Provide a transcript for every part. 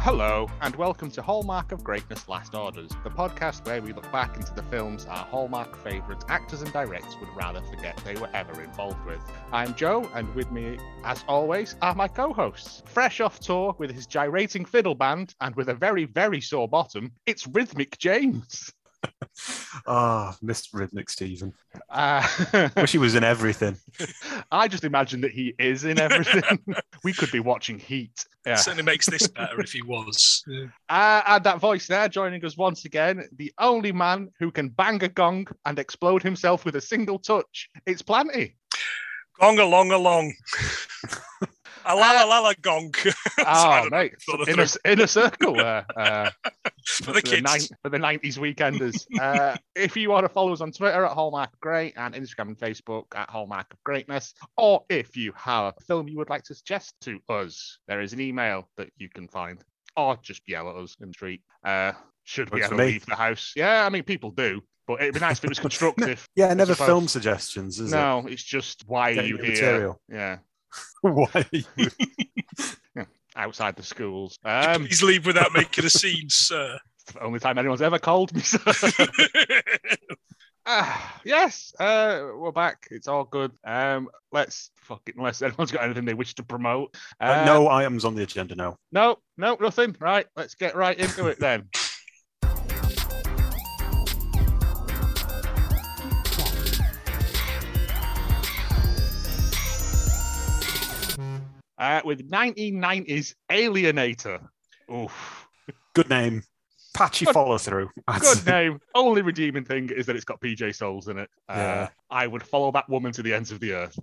Hello, and welcome to Hallmark of Greatness Last Orders, the podcast where we look back into the films our Hallmark favourite actors and directs would rather forget they were ever involved with. I'm Joe, and with me, as always, are my co hosts. Fresh off tour with his gyrating fiddle band and with a very, very sore bottom, it's Rhythmic James. Ah, missed Rhythmic Steven. Uh, Wish he was in everything. I just imagine that he is in everything. we could be watching Heat. Yeah. Certainly makes this better if he was. Uh, and that voice there joining us once again, the only man who can bang a gong and explode himself with a single touch. It's Planty. Gong along along. Alala lala gong. Sorry, I Oh, don't know. mate. Sort of In a, through in a circle there. Uh, for the kids. nine- for the 90s weekenders. uh, if you want to follow us on Twitter at Hallmark of Great and Instagram and Facebook at Hallmark of Greatness, or if you have a film you would like to suggest to us, there is an email that you can find, or just yell at us in the street. Uh, should we Works for ever me. leave the house? Yeah, I mean, people do, but it'd be nice if it was constructive. Yeah, never suppose. film suggestions, is no, it's just why it? are Get you new here? material. Yeah, Why are you- outside the schools. Um, Please leave without making a scene, sir. only time anyone's ever called me. so- Ah, yes, uh, we're back. It's all good. Um, let's fuck it. Unless anyone's got anything they wish to promote. Uh, Uh, no items on the agenda now. no, no, nothing. Right, let's get right into it then. Uh, with 1990s Alienator. Oof. Good name. Patchy Good- follow through. Good name. Only redeeming thing is that it's got PJ Souls in it. Uh, Yeah. I would follow that woman to the ends of the earth.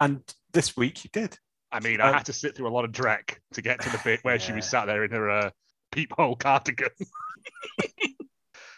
And this week he did. I mean, I Um, had to sit through a lot of Drek to get to the bit where she was Yeah. sat there in her uh, peephole cardigan.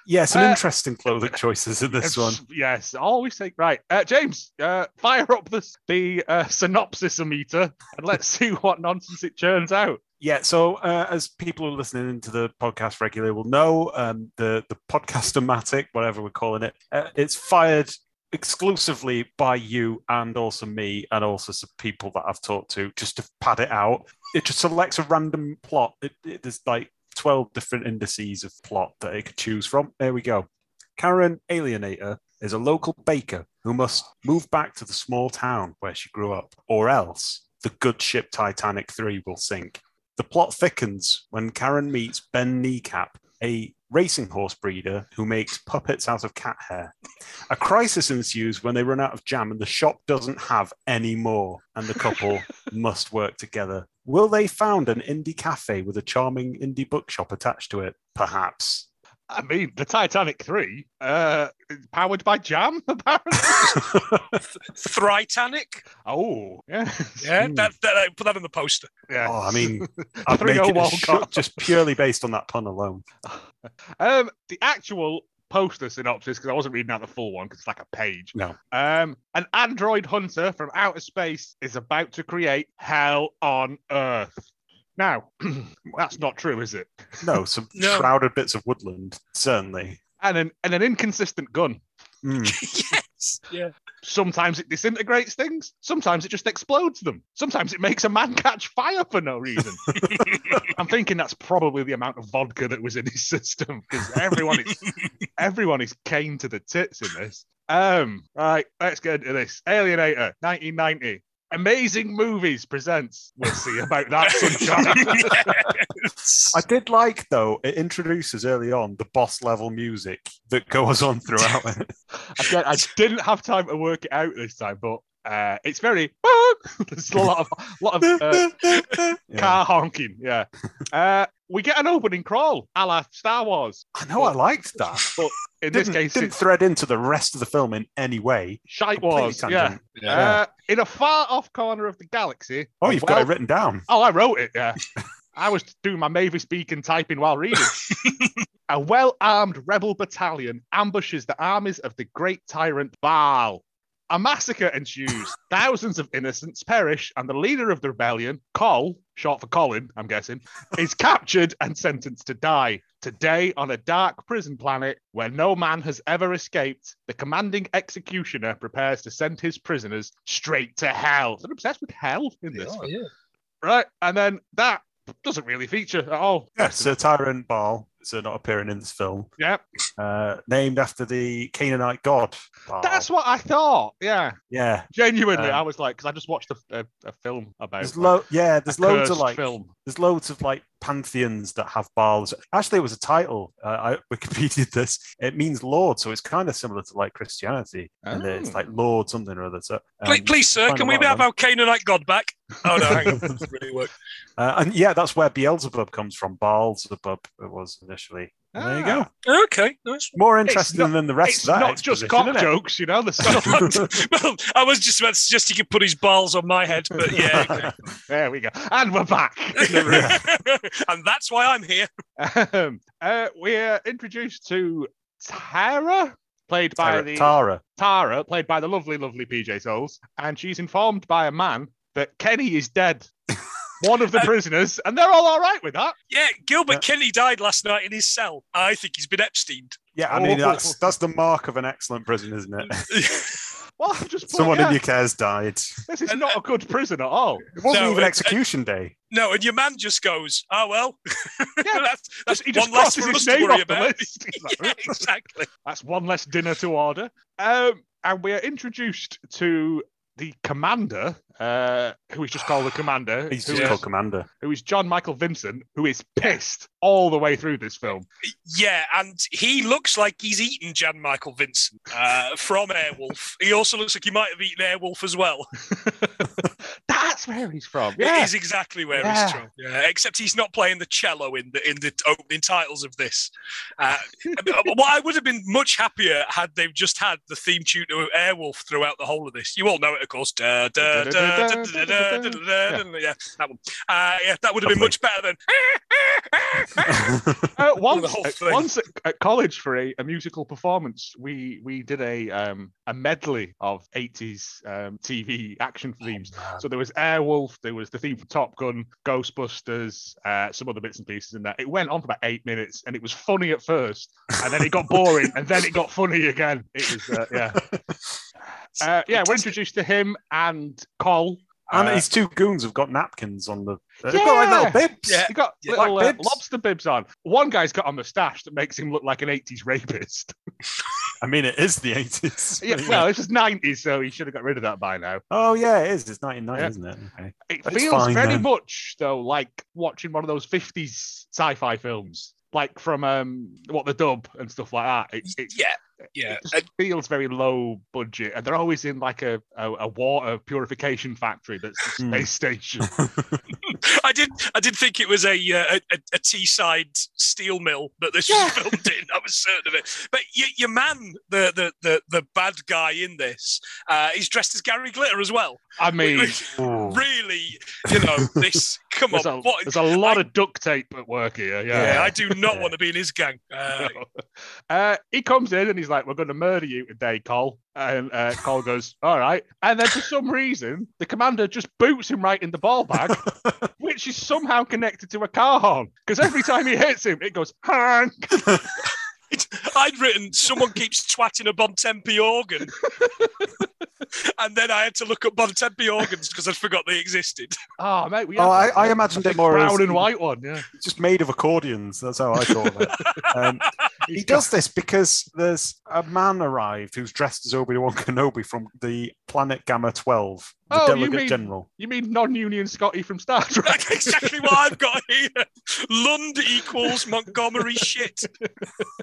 Yeah, some Uh, interesting clothing choices in this one. Yes, I always take right. Uh, James, uh, fire up the the uh, synopsis meter and let's see what nonsense it churns out. Yeah, so uh, as people who are listening into the podcast regularly will know, um, the the podcastomatic, whatever we're calling it, uh, it's fired exclusively by you and also me, and also some people that I've talked to, just to pad it out. It just selects a random plot. It, it, there's like twelve different indices of plot that it could choose from. There we go. Karen Alienator is a local baker who must move back to the small town where she grew up, or else the good ship Titanic 3 will sink. The plot thickens when Karen meets Ben Kneecap, a racing horse breeder who makes puppets out of cat hair. A crisis ensues when they run out of jam and the shop doesn't have any more, and the couple must work together. Will they found an indie cafe with a charming indie bookshop attached to it? Perhaps. I mean, the Titanic three, uh, is powered by jam, apparently. Thrytanic? oh, yeah, Yeah, that, that, put that on the poster. yeah. Oh, I mean, I'd Three make oh it a Walcott. shot just purely based on that pun alone. Um, the actual poster synopsis, because I wasn't reading out the full one because it's like a page. No. Um, an android hunter from outer space is about to create hell on Earth. Now, that's not true, is it? No, some No. shrouded bits of woodland, certainly. And an and an inconsistent gun. Mm. yes. Yeah. Sometimes it disintegrates things. Sometimes it just explodes them. Sometimes it makes a man catch fire for no reason. I'm thinking that's probably the amount of vodka that was in his system because everyone is everyone is cane to the tits in this. Um, right, let's get into this. Alienator, 1990. Amazing Movies presents. We'll see about that sometime. Yes. I did like, though, it introduces early on the boss level music that goes on throughout it. Again, I didn't have time to work it out this time, but uh, it's very. There's a lot of lot of uh, Yeah. car honking. Yeah. Uh, we get an opening crawl, a la Star Wars. I know I liked that. But in didn't, this case, didn't it's thread into the rest of the film in any way. shite Completely wars. Yeah. tangent. Uh, in a far off corner of the galaxy. Oh, you've got well- it written down. Oh, I wrote it. Yeah. I was doing my Mavis Beacon typing while reading. a well armed rebel battalion ambushes the armies of the great tyrant Baal. A massacre ensues. Thousands of innocents perish, and the leader of the rebellion, Col, short for Colin, I'm guessing, is captured and sentenced to die. Today, on a dark prison planet where no man has ever escaped, the commanding executioner prepares to send his prisoners straight to hell. They're obsessed with hell in this. Oh, one. yeah. Right. And then that doesn't really feature at all. Yeah, Sir Tyrant Baal, so not appearing in this film. Yep. Uh, named after the Canaanite god. Baal. That's what I thought. Yeah. yeah. Genuinely, Um, I was like, because I just watched a, a, a film about There's like, lo- yeah, there's a loads of cursed like film. there's loads of like pantheons that have Baals. Actually, it was a title. Uh, I Wikipedia this. It means Lord, so it's kind of similar to like Christianity, and it's Oh. like Lord something or other. So um, Please, please sir, find a can we lot of have them. our Canaanite god back? Oh no, hang on, that doesn't really work. Uh, and yeah, that's where Beelzebub comes from. Baalzebub it was initially. And There you Ah. go. Okay, nice. More It's interesting not- than the rest It's of that. not just exposition, cock innit? jokes, you know. There's so well, I was just about to suggest he could put his balls on my head, but yeah. okay. There we go. And we're back. in the room. and that's why I'm here. um, uh, we're introduced to Tara, played by Tara, the Tara. Tara, played by the lovely, lovely PJ Souls, and she's informed by a man that Kenny is dead. One of the prisoners, and they're all all right with that. Yeah, Uh. Gilbert Yeah. Kenny died last night in his cell. I think he's been Epsteined. Yeah, I mean that's Oh. that's the mark of an excellent prison, isn't it? Uh. Well, I've just put, Someone yeah, in your cares died. this is not a good prison at all. It wasn't No, even it- execution day. no, and your man just goes, oh, well, that's, that's Just- he just one less crosses for us his to name worry off the about. list. He's like, yeah, exactly. That's one less dinner to order. Um, and we are introduced to the commander, uh, who is just called the commander, He's who just is- called Commander. who is John Michael Vincent, who is pissed all the way through this film. Yeah, and he looks like he's eaten Jan Michael Vincent uh, from Airwolf. He also looks like he might have eaten Airwolf as well. That's where he's from. It Yeah. is exactly where Yeah. he's from. Yeah, except he's not playing the cello in the in the opening titles of this. Uh, what I would have been much happier had they just had the theme tune to Airwolf throughout the whole of this. You all know it, of course. Da, da, da, da, da, da, da, da, da, da. Yeah, that one. Uh, yeah, that would have been much better than. Uh, once, whole at, thing. once at, at college for a, a musical performance, we we did a um, a medley of 80s um, TV action Oh, themes. So there was Airwolf, there was the theme from Top Gun, Ghostbusters, uh, some other bits and pieces in that. It went on for about eight minutes, and it was funny at first, and then it got boring, and then it got funny again. It was uh, yeah, uh, yeah. We're introduced to him and Col. And Uh, his two goons have got napkins on the. They've got like little bibs. Yeah. You got Yeah, little like uh, bibs. lobster bibs on. One guy's got a moustache that makes him look like an 80s rapist. I mean, it is the 80s. Yeah, well, this is 90s, so he should have got rid of that by now. oh, yeah, it is. It's 1990, Yeah. isn't it? Okay. It That's feels fine, very then. much though like watching one of those 50s sci-fi films, like from um what the dub and stuff like that. It, it, Yeah, yeah. it just And feels very low budget, and they're always in like a a, a water purification factory that's a Hmm. space station. I did. I did think it was a uh, a, a Teesside steel mill that this was filmed in. I was certain of it. But your, your man, the, the the the bad guy in this, uh, he's dressed as Gary Glitter as well. I mean, Which Ooh. really, you know, this. Come on, there's a, what? there's a lot of duct tape at work here. Yeah, Yeah. I do not Yeah. want to be in his gang. Uh, Uh, he comes in and he's like, "We're going to murder you today, Cole." And uh, Cole goes, "All right." And then for some reason, the commander just boots him right in the ball bag, which is somehow connected to a car horn because every time he hits him, it goes honk. I'd written someone keeps twatting a Bontempi organ, and then I had to look up Bontempi organs because I'd forgot they existed. Oh, mate, we Oh, had I- I that. imagined That's it a more as- brown and white one. Yeah, It's just made of accordions. That's how I thought of it. Um, he does this because there's a man arrived who's dressed as Obi Wan Kenobi from the planet Gamma 12, the Oh, you delegate mean- general. You mean non-union Scotty from Star Trek? That's exactly what I've got here. Lund equals Montgomery shit.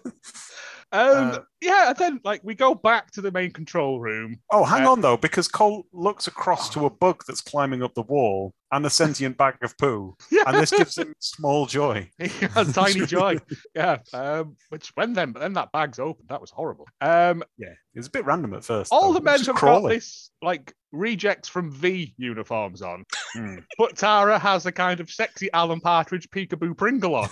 Um, Uh, yeah, and then like we go back to the main control room. Oh, hang Uh, on though, because Cole looks across to a bug that's climbing up the wall and a sentient bag of poo, Yeah, and this gives him small joy. a tiny joy. Yeah, um, which when then, but then that bag's opened. That was horrible. Um, Yeah, it was a bit random at first. All though. the It was men just have got crawling. this like rejects from V uniforms on, Hmm. but Tara has a kind of sexy Alan Partridge peekaboo Pringle on.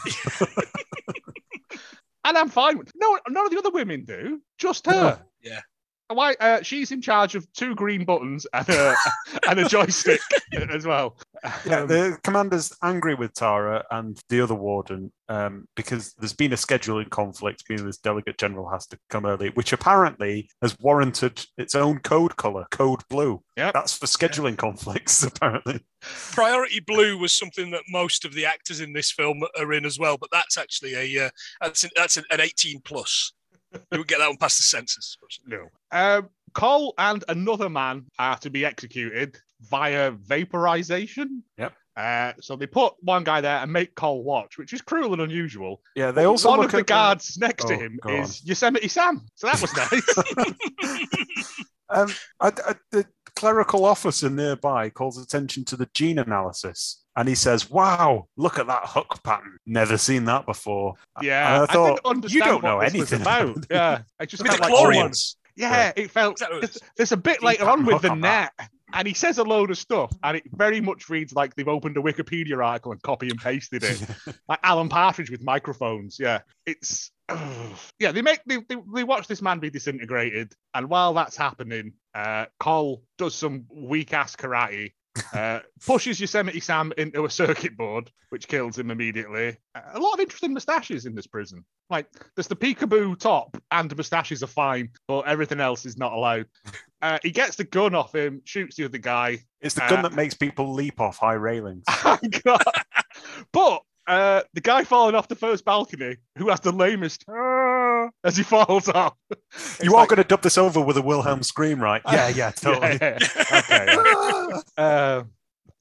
and I'm fine with no none of the other women do, just her. Yeah. why uh, she's in charge of two green buttons and a, and a joystick as well. Yeah, Um, the commander's angry with Tara and the other warden um, because there's been a scheduling conflict, meaning this delegate general has to come early, which apparently has warranted its own code color, code blue. Yep. That's for scheduling conflicts, apparently. Priority Blue was something that most of the actors in this film are in as well, but that's actually a uh, that's an, that's an, an 18 plus. You would get that one past the censors. no. Um, Cole and another man are to be executed via vaporization. Yep. Uh, so they put one guy there and make Cole watch, which is cruel and unusual. Yeah, they also one look of the at guards next to Oh, him go is Yosemite Sam. So that was nice. Um, I, I, the clerical officer nearby calls attention to the gene analysis, and he says, "Wow, look at that hook pattern. Never seen that before." yeah, And I thought, didn't understand "You don't what know this was anything about. about yeah, I just I mean, the felt like, Chlorians. oh, Chlorians. yeah, it felt Is that what it There's, is? there's a bit Deep later on with hook the on net, that. and he says a load of stuff, and it very much reads like they've opened a Wikipedia article and copy and pasted it, like Alan Partridge with microphones. Yeah, it's yeah. They make they, they, they watch this man be disintegrated, and while that's happening, uh, Cole does some weak ass karate. uh, pushes Yosemite Sam into a circuit board, which kills him immediately. A lot of interesting moustaches in this prison. Like, there's the peekaboo top, and moustaches are fine, but everything else is not allowed. Uh, he gets the gun off him, shoots the other guy. It's the gun Uh, that makes people leap off high railings. Oh, God. but uh, the guy falling off the first balcony, who has the lamest "Ah," as he falls off. It's you are like- going to dub this over with a Wilhelm scream, right? Yeah, yeah, totally. Yeah. Okay. Uh,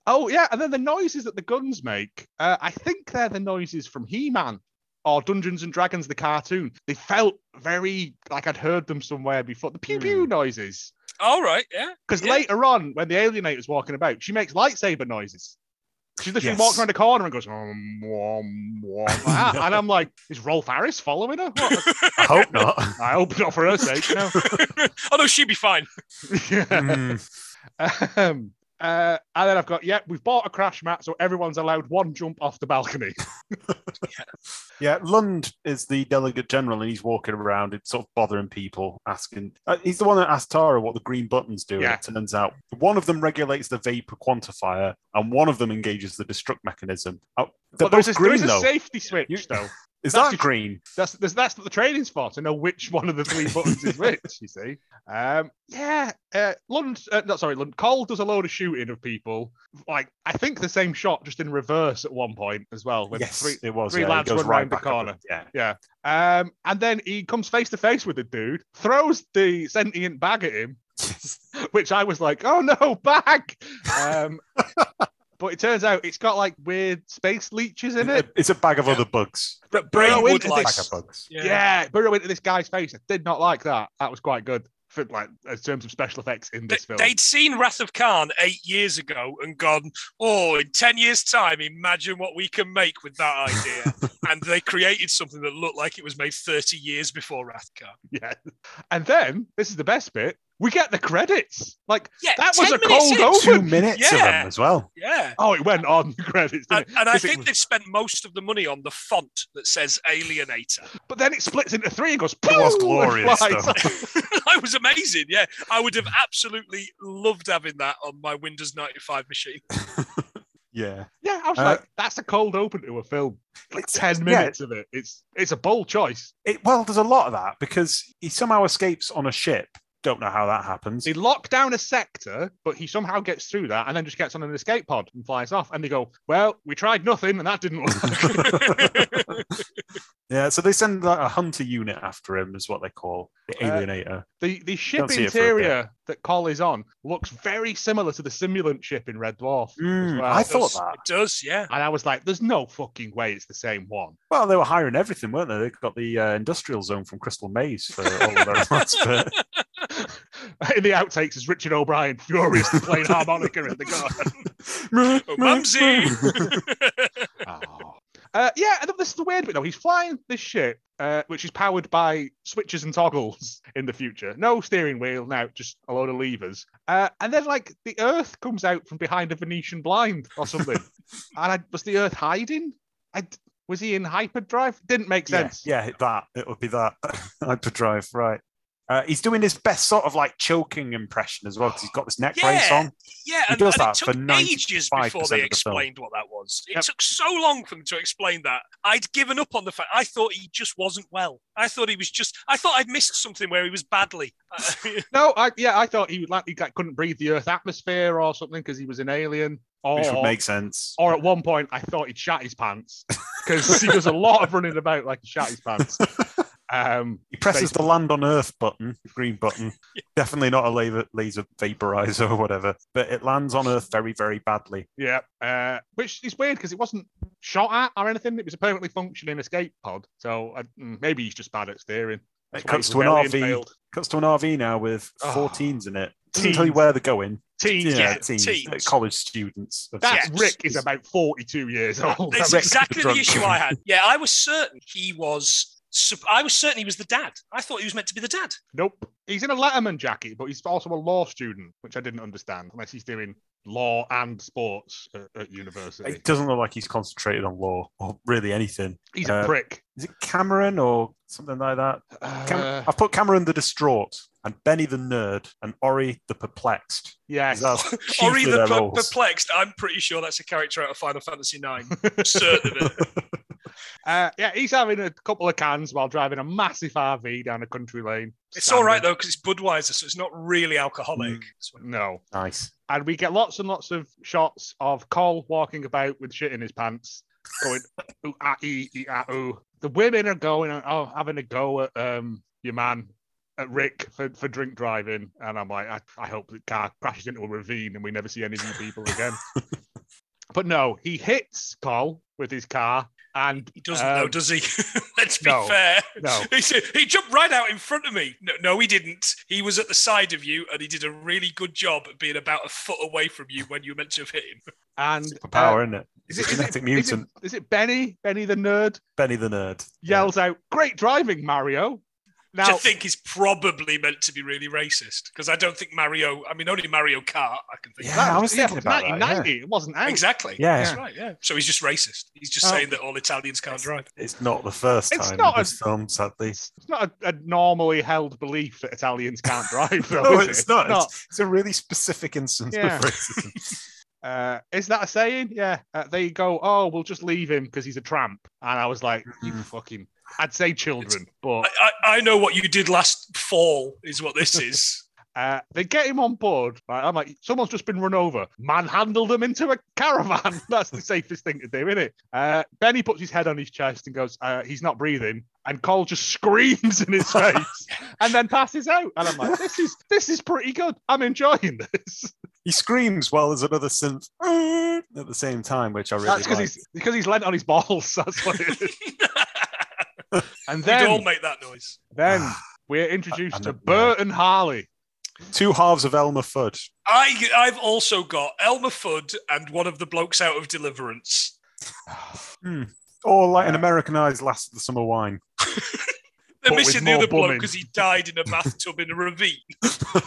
oh yeah, and then the noises that the guns make. Uh, I think they're the noises from He-Man or Dungeons and Dragons, the cartoon. They felt very like I'd heard them somewhere before. The pew Hmm. pew noises. All right, yeah. Because Yeah. later on, when the alienator's walking about, she makes lightsaber noises. She literally Yes. walks around the corner and goes, um, wom, wom, like that. and I'm like, is Rolf Harris following her? What? I hope not. I hope not for her sake, you know. oh no, she'd be fine. Yeah. Mm. Um, uh, and then I've got, yep, we've bought a crash mat, so everyone's allowed one jump off the balcony. Yeah, Lund is the delegate general, and he's walking around and sort of bothering people, asking. Uh, he's the one that asked Tara what the green buttons do. Yeah. And it turns out one of them regulates the vapor quantifier, and one of them engages the destruct mechanism. Oh, they're But there's both a, green, there is a though. safety switch, You- though. is that's that just- green? That's that's that's what the training's for to know which one of the three buttons is which. You see, um, yeah. Uh, Lund, uh, not sorry, Lund. Cole does a load of shooting of people. Like I think the same shot, just in reverse at one point as well. When yes, three, it was. three yeah, it lads goes run right round the back up. corner. Yeah. um, and then he comes face to face with the dude, throws the sentient bag at him, which I was like, oh no, bag. Um, but it turns out it's got like weird space leeches in it. It's a bag of Yeah. other bugs. But Burrow Brain would into like. Bag of bugs. Yeah. burrow into this guy's face. I did not like that. That was quite good for like in terms of special effects in They- this film. They'd seen Wrath of Khan eight years ago and gone, oh, in 10 years' time, imagine what we can make with that idea. and they created something that looked like it was made 30 years before Wrath of Khan. Yeah. And then this is the best bit. We get the credits. Like Yeah, That was 10 a minutes cold in. open. Two minutes of Yeah. them as well. Yeah. oh, it went on the credits, And, didn't it? and I 'Cause it think was- they've spent most of the money on the font that says Alienator. but then it splits into three and goes. It "Pooh!" was and glorious, flies. though. I was amazing. Yeah. I would have absolutely loved having that on my Windows 95 machine. Yeah. Yeah, I was Uh, like, that's a cold open to a film. Like It's- ten yeah. minutes of it. It's it's a bold choice. It, well, there's a lot of that because he somehow escapes on a ship. Don't know how that happens. They lock down a sector, but he somehow gets through that and then just gets on an escape pod and flies off. And they go, "Well, we tried nothing, and that didn't work." yeah, so they send like a hunter unit after him, is what they call the Uh, alienator. The the ship Don't see it for a interior that Col is on looks very similar to the simulant ship in Red Dwarf. Mm, well. I It thought does- that. It does. Yeah. And I was like, there's no fucking way it's the same one. Well, they were hiring everything, weren't they? They got the uh, industrial zone from Crystal Maze for all of their last bit. in the outtakes is Richard O'Brien furiously playing harmonica in the garden. Oh, Mumsy. Oh. Uh, yeah, and this is the weird bit though. He's flying this ship, uh, which is powered by switches and toggles in the future. No steering wheel now, just a load of levers. Uh, and then like the Earth comes out from behind a Venetian blind or something. and I, was the Earth hiding? I, was he in hyperdrive? Didn't make Yeah, sense. yeah, that. It would be that. Hyperdrive, right. Uh, he's doing his best sort of like choking impression as well because he's got this neck Yeah. brace on. Yeah, He and, does and that it took for ages 95% before of the they film. explained what that was. It Yep. took so long for them to explain that. I'd given up on the fact. I thought he just wasn't well. I thought he was just. I thought I'd missed something where he was badly. No, I yeah, I thought he would like he like, couldn't breathe the Earth atmosphere or something because he was an alien. Or, Which would make sense. or at one point, I thought he'd shat his pants because he does a lot of running about like he shat his pants. Um, He presses the land on earth button, green button. Definitely not a laser, laser vaporizer or whatever, but it lands on earth very, very badly. yeah, uh, which is weird because it wasn't shot at or anything. It was a perfectly functioning escape pod. So I, mm, maybe he's just bad at steering. That's It why cuts his to an rebellion RV. failed. Cuts to an RV now with Ah. 14s in it. Doesn't tell you Teens. where they're going. Teens, Yeah, Yeah, teens. teens. Uh, College students. That Yeah. Rick is about 42 years old. That's Rick exactly the drunk. issue I had. Yeah, I was certain he was. sup- I was certain he was the dad. I thought he was meant to be the dad. Nope. He's in a Letterman jacket, but he's also a law student, which I didn't understand, unless he's doing law and sports at, at university. It doesn't look like he's concentrated on law or really anything. He's a uh, prick. Is it Cameron or something like that? Cam- Uh, I've put Cameron the distraught and Benny the nerd and Ori the perplexed. yes. That's Or chiefly either their per- roles. perplexed. I'm pretty sure that's a character out of Final Fantasy IX. I'm certain of it. Uh, yeah, he's having a couple of cans while driving a massive RV down a country lane. It's all right though because it's Budweiser, so it's not really alcoholic. Hmm. So- No. Nice. And we get lots and lots of shots of Cole walking about with shit in his pants, going, ooh, ah, ee, ee, ah, ooh. The women are going, oh, having a go at um, your man, at Rick, for, for drink driving. And I'm like, I, I hope the car crashes into a ravine and we never see any of these people again. but no, he hits Cole with his car. And He doesn't um, know, does he? Let's be no, fair. no. He, said- he jumped right out in front of me. No, no, he didn't. He was at the side of you, and he did a really good job at being about a foot away from you when you were meant to have hit him. and It's uh, power, isn't it? He's a genetic is it- mutant. Is it Benny? Benny the nerd Benny the nerd. yells out, "Great driving, Mario!" Which Now, I think is probably meant to be really racist because I don't think Mario. I mean, only Mario Kart I can think. Yeah, of. that I was yeah, thinking about that, 1990. It wasn't out. Exactly. Yeah. That's right. Yeah. So he's just racist. He's just Oh. saying that all Italians can't drive. It's not the first It's time not in a- this film, sadly. It's it's not a, a normally held belief that Italians can't drive, though. No, is it? it's not. It's, it's a really specific instance Yeah. of racism. Uh, is that a saying? Yeah. Uh, they go, "Oh, we'll just leave him because he's a tramp," and I was like, "You Mhm. fucking." I'd say children, but I, I, I know what you did last fall is what this is. uh, they get him on board. Right? I'm like, someone's just been run over. Manhandled him into a caravan. That's the safest thing to do, isn't it? Uh, Benny puts his head on his chest and goes, uh, he's not breathing. And Cole just screams in his face and then passes out. And I'm like, this is this is pretty good. I'm enjoying this. he screams while there's another synth at the same time, which I really That's because like. he's because he's lent on his balls. That's what it is. And We'd all then make that noise. then we're introduced And to then- Bert and Harley. Two halves of Elmer Fudd. I I've also got Elmer Fudd and one of the blokes out of Deliverance. Hmm. Or like an Yeah. Americanized Last of the Summer Wine. They're But with missing the more other bloke bumming. because he died in a bathtub in a ravine.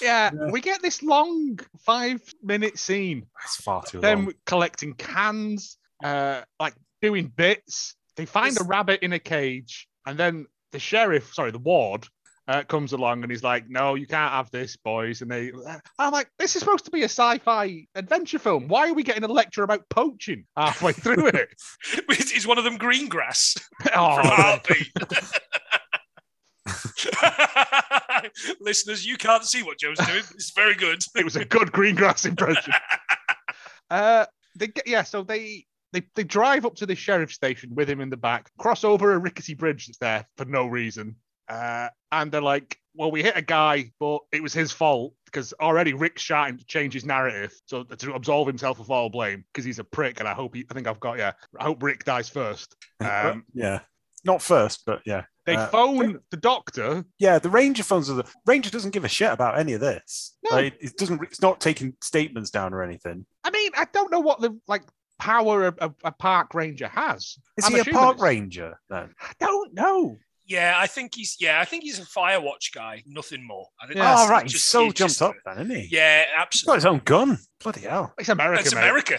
Yeah, Yeah. we get this long five minute scene That's far too them long. collecting cans, uh, like doing bits. They find a It's- rabbit in a cage, and then the sheriff, sorry, the ward, uh, comes along and he's like, "No, you can't have this, boys." And they, I'm like, "This is supposed to be a sci-fi adventure film. Why are we getting a lecture about poaching halfway through it?" Is is one of them green grass oh, from Heartbeat? Listeners, you can't see what Joe's doing. but It's very good. it was a good green grass impression. uh, they get, yeah, so they, they they drive up to the sheriff's station with him in the back, cross over a rickety bridge that's there for no reason, uh, and they're like, "Well, we hit a guy, but it was his fault." Because already Rick's starting to change his narrative so to absolve himself of all blame because he's a prick, and I hope he, I think I've got yeah. I hope Rick dies first. um, yeah. Not first, but yeah. They Uh, phone the doctor. Yeah, the Ranger phones are the Ranger doesn't give a shit about any of this. No. Like, it doesn't. It's not taking statements down or anything. I mean, I don't know what the like power a, a, a park ranger has. Is I'm he a assuming park it's- ranger then? I don't know. Yeah, I think he's yeah, I think he's a firewatch guy, nothing more. I think Yeah. that's oh right, he's just- so it's jumped just- up then, isn't he? Yeah, He's got absolutely. his own gun. Bloody hell. It's America, That's mate. America.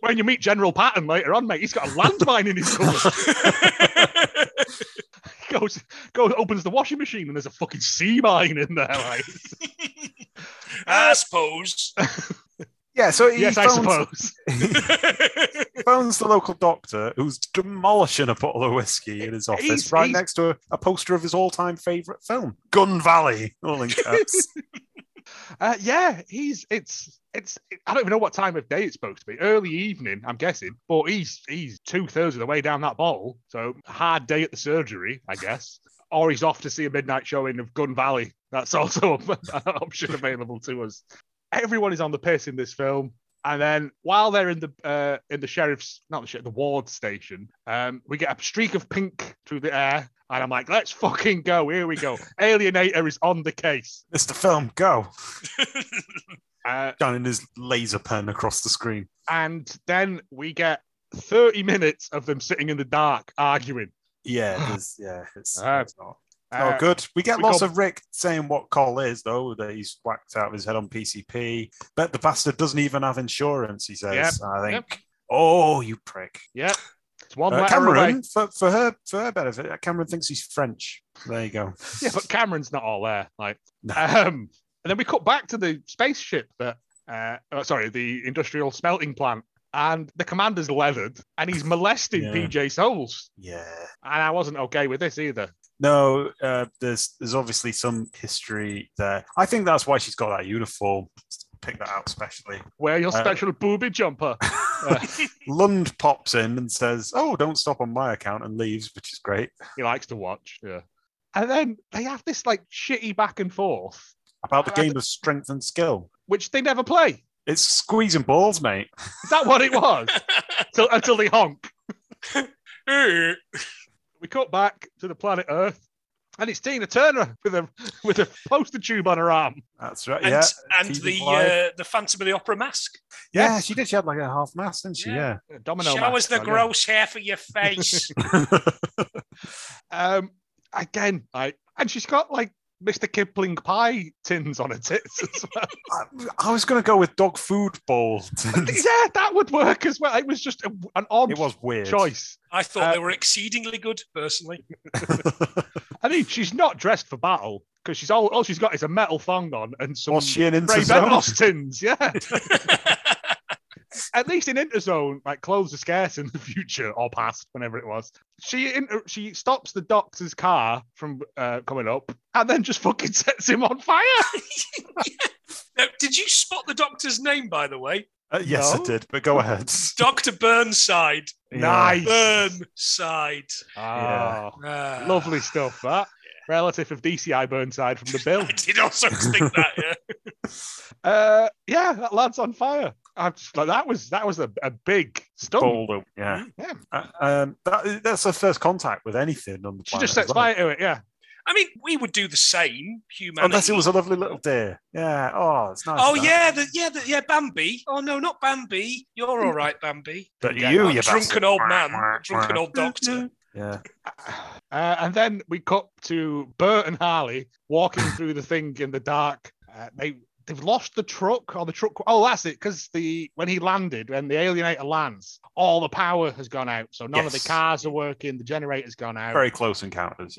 When you meet General Patton later on, mate, he's got a landmine in his gun. goes goes opens the washing machine and there's a fucking sea mine in there. Like, I suppose. Yeah, so he yes, I phones, suppose. phones the local doctor who's demolishing a bottle of whiskey in his office He's- right he's- next to a, a poster of his all time favourite film, Gun Valley, all in caps. Uh, yeah, he's it's it's I don't even know what time of day it's supposed to be. Early evening, I'm guessing. But he's he's two thirds of the way down that bottle, so hard day at the surgery, I guess. Or he's off to see a midnight showing of Gun Valley. That's also an option available to us. Everyone is on the piss in this film. And then while they're in the uh, in the sheriff's not the sheriff, the ward station, um, we get a streak of pink through the air, and I'm like, let's fucking go! Here we go. Alienator is on the case. Mr. Film, go. Uh, Shining his laser pen across the screen. and then we get 30 minutes of them sitting in the dark arguing. Yeah, there's- yeah, it's, Ah. it's not. Uh, oh, good. We get we lots go- of Rick saying what Cole is, though, that he's whacked out of his head on PCP. Bet the bastard doesn't even have insurance, he says, Yep, I think. yep. Oh, you prick. Yeah. It's one Uh, letter away. Cameron, for, for her for her benefit, uh, Cameron thinks he's French. There you go. Yeah, but Cameron's not all there. Like, No. um, and then we cut back to the spaceship that, uh, oh, sorry, the industrial smelting plant, and the commander's leathered, and he's molesting Yeah. PJ Souls. Yeah. And I wasn't okay with this either. No, uh, there's there's obviously some history there. I think that's why she's got that uniform. Pick that out specially. Wear your Uh, special booby jumper. Uh, Lund pops in and says, "Oh, don't stop on my account," and leaves, which is great. he likes to watch. Yeah. And then they have this like shitty back and forth, About the I- I- game of strength and skill. which they never play. It's squeezing balls, mate. Is that what it was? Till, until they honk. Eh, We cut back to the planet Earth, and it's Tina Turner with a with a poster tube on her arm. That's right. and yeah. and TV the live. uh, the Phantom of the Opera mask. Yeah, she did. She had like a half mask, didn't she? Yeah. Yeah. A Domino. Show mask us the on, yeah. gross hair for your face. Um, again, I and she's got like Mr. Kipling pie tins on her tits as well. I, I was going to go with dog food bowl. it yeah, that would work as well. It was just a, an odd was weird. choice. I thought Uh, they were exceedingly good, personally. I mean, she's not dressed for battle because she's all all she's got is a metal thong on and some Was she an Ray interception? Benos tins. Yeah. at least in Interzone, like clothes are scarce in the future or past, whenever it was. She inter- she stops the doctor's car from uh, coming up and then just fucking sets him on fire. Now, did you spot the doctor's name, by the way? Uh, yes, No. I did. But go ahead. Doctor Burnside. Nice. Burnside. Ah, Ah. lovely stuff. That relative of DCI Burnside from the Bill. I did also think that. Yeah. uh, yeah, that lad's on fire. I'm just like that was that was a, a big stunt. Boulder. Yeah. Yeah. Uh, um, that, that's her first contact with anything on the planet. She just as sets well. fire to it. Yeah, I mean, we would do the same, humanity. Unless it was a lovely little deer. Yeah. Oh, it's nice. Oh that. yeah, the, yeah, the, yeah, Bambi. Oh no, not Bambi. You're all right, Bambi. But Yeah, you, I'm you a drunken bastard. old man, drunken old doctor. Yeah. Uh, and then we cut to Bert and Harley walking through the thing in the dark. Uh, they they've lost the truck or the truck. Oh, that's it. Because the when he landed, when the alienator lands, all the power has gone out. So none of Yes. the cars are working. The generator's gone out. Very close encounters.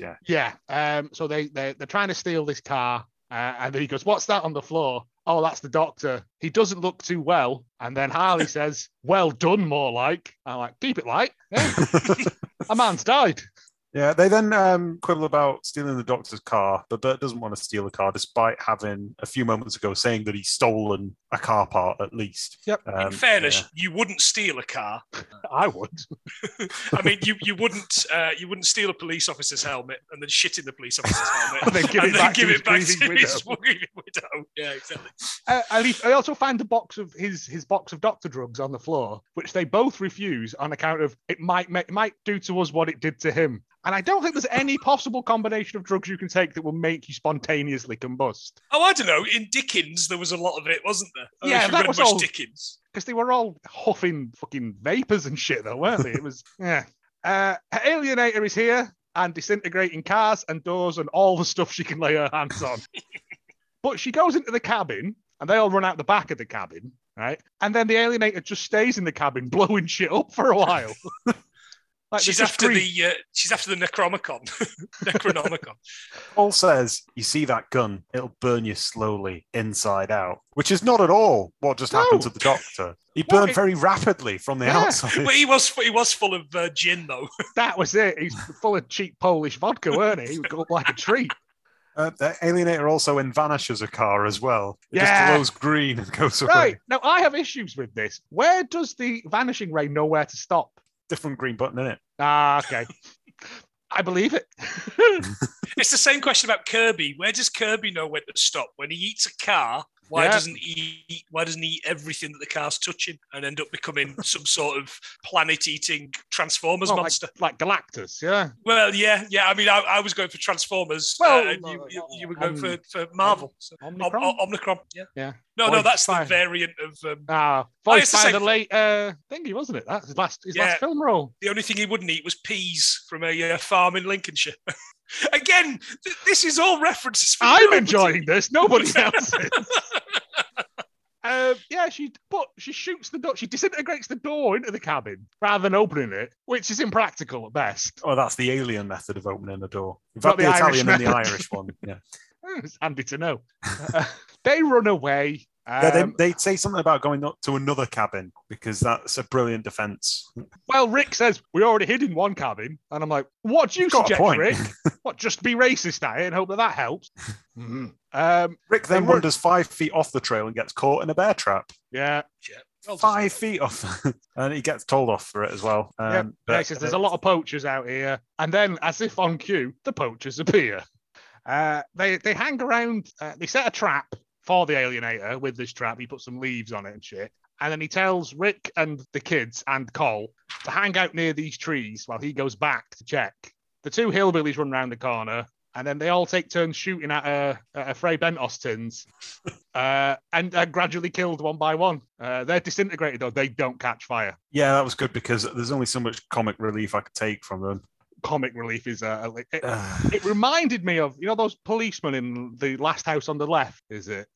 Yeah. Yeah. Um. So they they they're trying to steal this car. Uh, and then he goes, "What's that on the floor?" Oh, that's the doctor. He doesn't look too well. And then Harley says, "Well done, more like." I'm like, "Keep it light. Yeah. A man's died." Yeah, they then um, quibble about stealing the doctor's car, but Bert doesn't want to steal the car, despite having a few moments ago saying that he's stolen a car part at least. Yep. Um, In fairness, yeah. you wouldn't steal a car. I would. I mean, you you wouldn't uh, you wouldn't steal a police officer's helmet and then shit in the police officer's helmet And then give it back to his grieving his grieving widow. Yeah, exactly. uh, and he, I also find a box of his his box of doctor drugs on the floor, which they both refuse on account of it might ma- it might do to us what it did to him. And I don't think there's any possible combination of drugs you can take that will make you spontaneously combust Oh, I don't know. In Dickens, there was a lot of it, wasn't there? I don't know Yeah, if you that read was much all- Dickens. because they were all huffing fucking vapors and shit, though, weren't they? It was yeah. Uh, Alienator is here and disintegrating cars and doors and all the stuff she can lay her hands on. but she goes into the cabin and they all run out the back of the cabin, right? And then the alienator just stays in the cabin blowing shit up for a while. Like, she's there's after grief. the uh, she's after the Necromicon, Necronomicon. Paul says, You see that gun, it'll burn you slowly inside out, which is not at all what just happened No. to the doctor. He Well, burned it- very rapidly from the Yeah. outside. but he was he was full of uh, gin though. That was it. He's full of cheap Polish vodka, weren't he? He would go up like a tree. Uh, the alienator also envanishes a car as well. It Yeah. just glows green and goes away. Right. Now, I have issues with this. Where does the vanishing ray know where to stop? Different green button in it. Ah, okay. I believe it. It's the same question about Kirby. Where does Kirby know when to stop? When he eats a car, why Yeah. doesn't he eat, why doesn't he eat everything that the car's touching and end up becoming some sort of planet-eating Transformers Well, like, monster? like Galactus, yeah. Well, yeah, yeah. I mean, I, I was going for Transformers. Well, uh, and you, you, you were going um, for, for Marvel. So. Om- Omnicron? Om- Omnicron. Yeah. Yeah. No, Void no, that's Fire. the variant of. Um, Ah, Oh, voiced it's the by same the thing. late uh, thingy, wasn't it? That's his last his Yeah. last film role. the only thing he wouldn't eat was peas from a uh, farm in Lincolnshire. Again, th- this is all references. For I'm Europe. enjoying this. Nobody else is. Uh, yeah, she but she shoots the door. She disintegrates the door into the cabin rather than opening it, which is impractical at best. Oh, that's the alien method of opening the door. In Not fact, the, the Irish Italian and the method. Irish one. Yeah. It's handy to know. Uh, they run away. Um, yeah they, they say something about going up to another cabin because that's a brilliant defense. Well, Rick says we already hid in one cabin, and I'm like, "What do you Got a suggest, point. Rick? What just be racist at it and hope that that helps?" Um, Rick then They were- wanders five feet off the trail and gets caught in a bear trap. yeah, Well, Five feet off. and he gets told off for it as well. Um, yeah. but- Yeah, he says there's a lot of poachers out here, and then, as if on cue, the poachers appear. Uh, they they hang around. Uh, they set a trap for the alienator with this trap. He puts some leaves on it and shit, and then he tells Rick and the kids and Cole to hang out near these trees while he goes back to check. The two hillbillies run round the corner, and then they all take turns shooting at a, at a Frey Bentos tins, uh, and are gradually killed one by one. Uh, they're disintegrated though; they don't catch fire. Yeah, that was good because there's only so much comic relief I could take from them. Comic relief is uh, a- it, Uh, it reminded me of you know those policemen in the last house on the left. Is it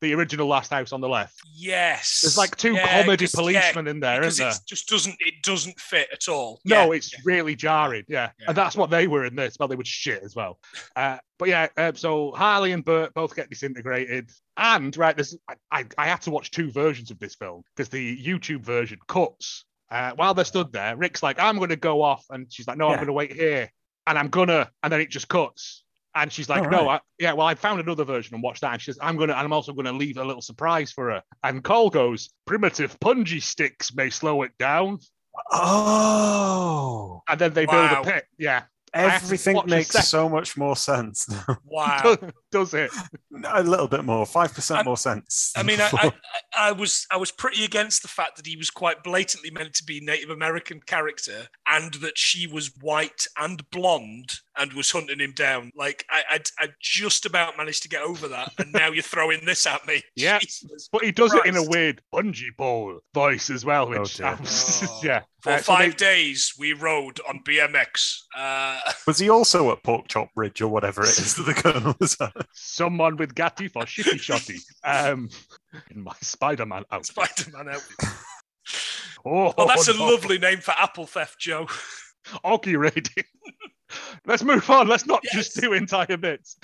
the original last house on the left? Yes. There's like two Yeah, comedy 'cause- yeah, policemen in there, because isn't there? it just doesn't it doesn't fit at all. No, Yeah. it's really jarring. Yeah. Yeah. And that's what they were in this, but they were shit as well. Uh, but yeah, um, so Harley and Bert both get disintegrated. And right, this I, I, I had to watch two versions of this film because the YouTube version cuts. Uh, while they're stood there, Rick's like, I'm going to go off. And she's like, No, I'm Yeah. going to wait here. And I'm going to. And then it just cuts. And she's like, Oh, No, I, yeah, well, I found another version and watched that. And she says, I'm going to, and I'm also going to leave a little surprise for her. And Cole goes, Primitive punji sticks may slow it down. oh, And then they Wow. build a pit. Yeah. have to everything watch a makes sec- so much more sense. now. Wow. does, does it? a little bit more, five I- percent more sense. I than mean, I, before. I, I was I was pretty against the fact that he was quite blatantly meant to be Native American character, and that she was white and blonde and was hunting him down. Like I, I, I just about managed to get over that, and now you're throwing this at me. Yeah. Jesus. But he does it in a Christ. weird bungee pole voice as well, Oh, which dear. I'm- Oh. yeah. For Uh, so five they- days, we rode on BMX. Uh, was he also at Pork Chop Ridge or whatever it is that the colonel was at? someone with Gatti for shitty shotty. Um, in my Spider-Man outfit. Spider-Man out. Oh, Well, that's a no. lovely name for apple theft, Joe. Oggy rating. Let's move on. Let's not just Yes. do entire bits.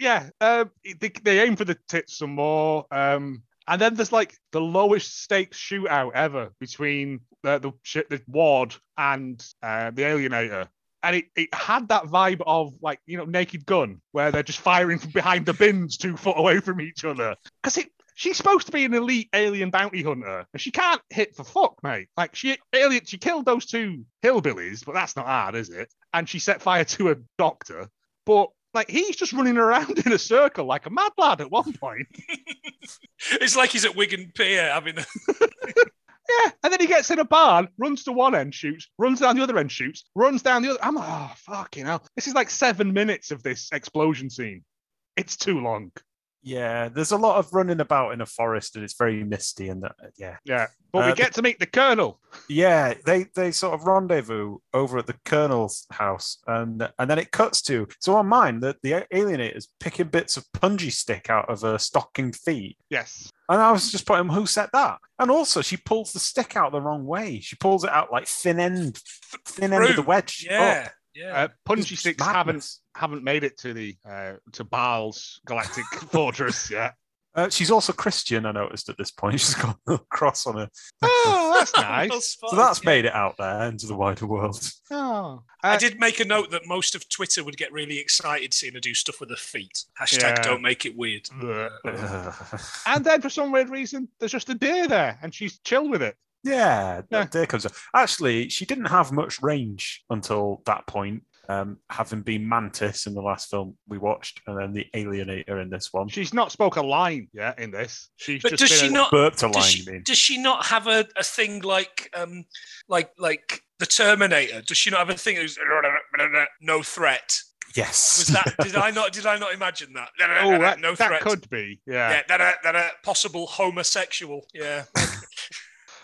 Yeah, um, they, they aim for the tits some more. Um, and then there's like the lowest stakes shootout ever between the the, shi- the ward and uh, the alienator. And it, it had that vibe of like, you know, Naked Gun, where they're just firing from behind the bins two foot away from each other. Because it she's supposed to be an elite alien bounty hunter, and she can't hit for fuck, mate. Like she alien, she killed those two hillbillies, but that's not hard, is it? And she set fire to a doctor, but like he's just running around in a circle like a mad lad at one point. It's like he's at Wigan Pier having a Yeah, and then he gets in a barn, runs to one end, shoots, runs down the other end, shoots, runs down the other. I'm like, oh fucking hell! This is like seven minutes of this explosion scene. It's too long. Yeah, there's a lot of running about in a forest, and it's very misty. And that, yeah, Yeah. But Uh, we get to meet the Colonel. yeah, they they sort of rendezvous over at the colonel's house, and and then it cuts to so on mine that the alienator's picking bits of punji stick out of her stocking feet. Yes. And I was just putting, who said that? And also, she pulls the stick out the wrong way. She pulls it out like thin end, thin end of the Through. wedge. Yeah. up. Yeah. Uh, Punchy It's Six madness. haven't haven't made it to the uh, to Baal's galactic fortress yet. Uh, she's also Christian, I noticed at this point. She's got a cross on her. Oh, that's Well nice. spotted, So that's yeah. made it out there into the wider world. Oh. I Uh, did make a note that most of Twitter would get really excited seeing her do stuff with her feet. Hashtag Yeah. don't make it weird. Ugh. and then for some weird reason, there's just a deer there, and she's chill with it. Yeah, Yeah. there comes. up. Actually, she didn't have much range until that point, um, having been Mantis in the last film we watched, and then the Alienator in this one. She's not spoke a line yet in this. She's But just does been she a- not? Burped a Does line, she, you mean? does she not have a, a thing like um like like the Terminator? Does she not have a thing who's no threat? Yes. Was that did I not did I not imagine that? Oh, that, no that threat. could be. Yeah. yeah, that, that, possible homosexual. Yeah.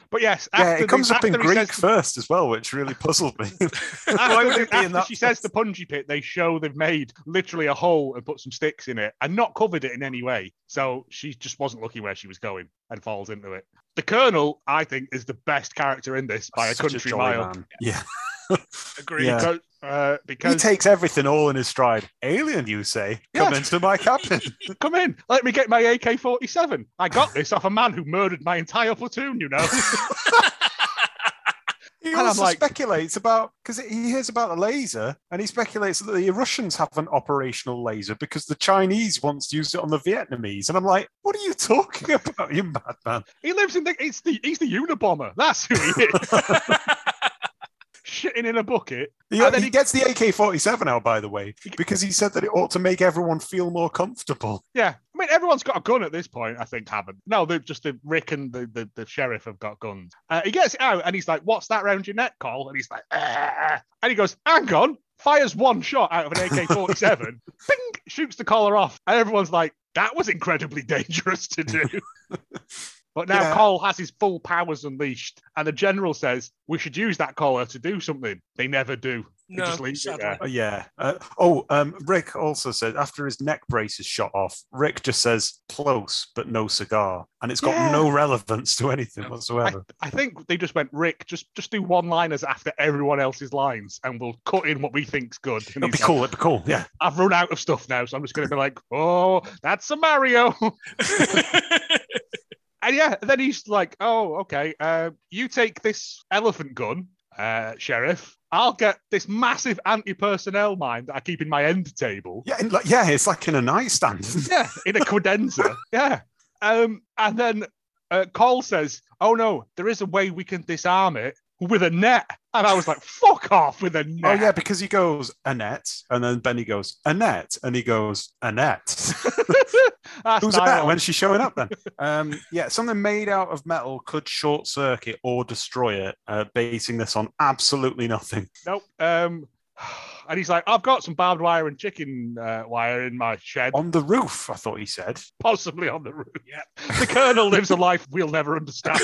But yes, yeah, after it comes the, up in after he says Greek first as well, which really puzzled me. Why After, would the- it be in after that she says the punji pit, they show they've made literally a hole and put some sticks in it and not covered it in any way. So she just wasn't looking where she was going and falls into it. The Colonel, I think, is the best character in this by a Such country jolly mile. man. Yeah. Agreed. Yeah. Because, uh, He because takes everything all in his stride. Alien, you say? Come Yes. into my cabin. come in, let me get my AK 47. I got this off a man who murdered my entire platoon, you know. He And I'm also like- speculates about because he hears about the laser, and he speculates that the Russians have an operational laser because the Chinese once used it on the Vietnamese. And I'm like, what are you talking about, you madman? he lives in the, it's the, he's the Unabomber. That's who he is. Shitting in a bucket. He, And then he he- gets the AK-47 out, by the way, because he said that it ought to make everyone feel more comfortable. Yeah, I mean, everyone's got a gun at this point. I think haven't. No, they're just the Rick and the, the, the sheriff have got guns. Uh, he gets it out and he's like, "What's that round your neck, Cole?" And he's like, "Ah." and he goes, "Hang on!" Fires one shot out of an AK-47, bing, shoots the collar off, and everyone's like, "That was incredibly dangerous to do." But now Yeah. Cole has his full powers unleashed, and the general says we should use that collar to do something. They never do. They No, just leave it sadly. there. Oh, yeah. Uh, oh, um, Rick also said after his neck brace is shot off, Rick just says close but no cigar, and it's got Yeah. no relevance to anything No. I, whatsoever. I think they just went, Rick, just just do one liners after everyone else's lines and we'll cut in what we think's good. And It'd be he's like, cool. It'd be cool. Yeah. I've run out of stuff now, so I'm just gonna be like, Oh, that's a Mario. and yeah, then he's like, Oh, okay, uh, you take this elephant gun, uh, sheriff. I'll get this massive anti-personnel mine that I keep in my end table. Yeah, in, like, yeah, it's like in a nightstand. isn't it? Yeah, in a credenza. yeah. Um, and then uh, Cole says, "Oh no, there is a way we can disarm it with a net." And I was like, "Fuck off with a Oh net." yeah, because he goes Annette, and then Benny goes Annette, and he goes Annette. That's Who's my Annette? one. When's she showing up then? um, yeah, something made out of metal could short circuit or destroy it. Uh, basing this on absolutely nothing. Nope. Um, and he's like, "I've got some barbed wire and chicken uh, wire in my shed, On the roof, I thought he said. possibly on the roof." Yeah. The colonel lives a life we'll never understand.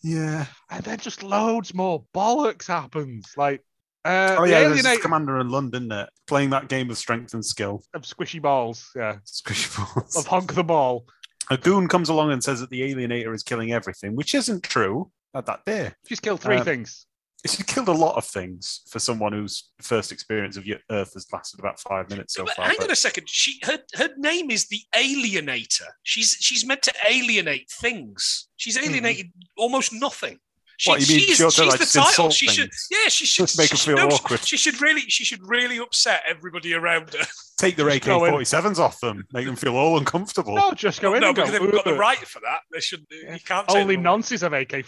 Yeah. and then just loads more bollocks happens. Like, uh, Oh yeah, the there's this alienate commander in London that playing that game of strength and skill. of squishy balls. Yeah, Squishy of balls. honk the ball. A goon comes along and says that the alienator is killing everything, which isn't true. At that there. She's killed three Um, things. It's killed a lot of things for someone whose first experience of Earth has lasted about five minutes so But far. hang but- on a second. She her, her name is the Alienator. She's she's meant to alienate things. She's alienated almost nothing. She, Hmm. What, you mean she is, she'll she's do, like, the just title. insult She should things? yeah. She should Just make she her should- feel no, she- awkward. She, should really she should really upset everybody around her. Take their Just go in. AK-47s off them, make them feel all uncomfortable. No, just go in no, and go. because they've got the "Ugh, right for that. They should. You can't take Only them nonsense of AK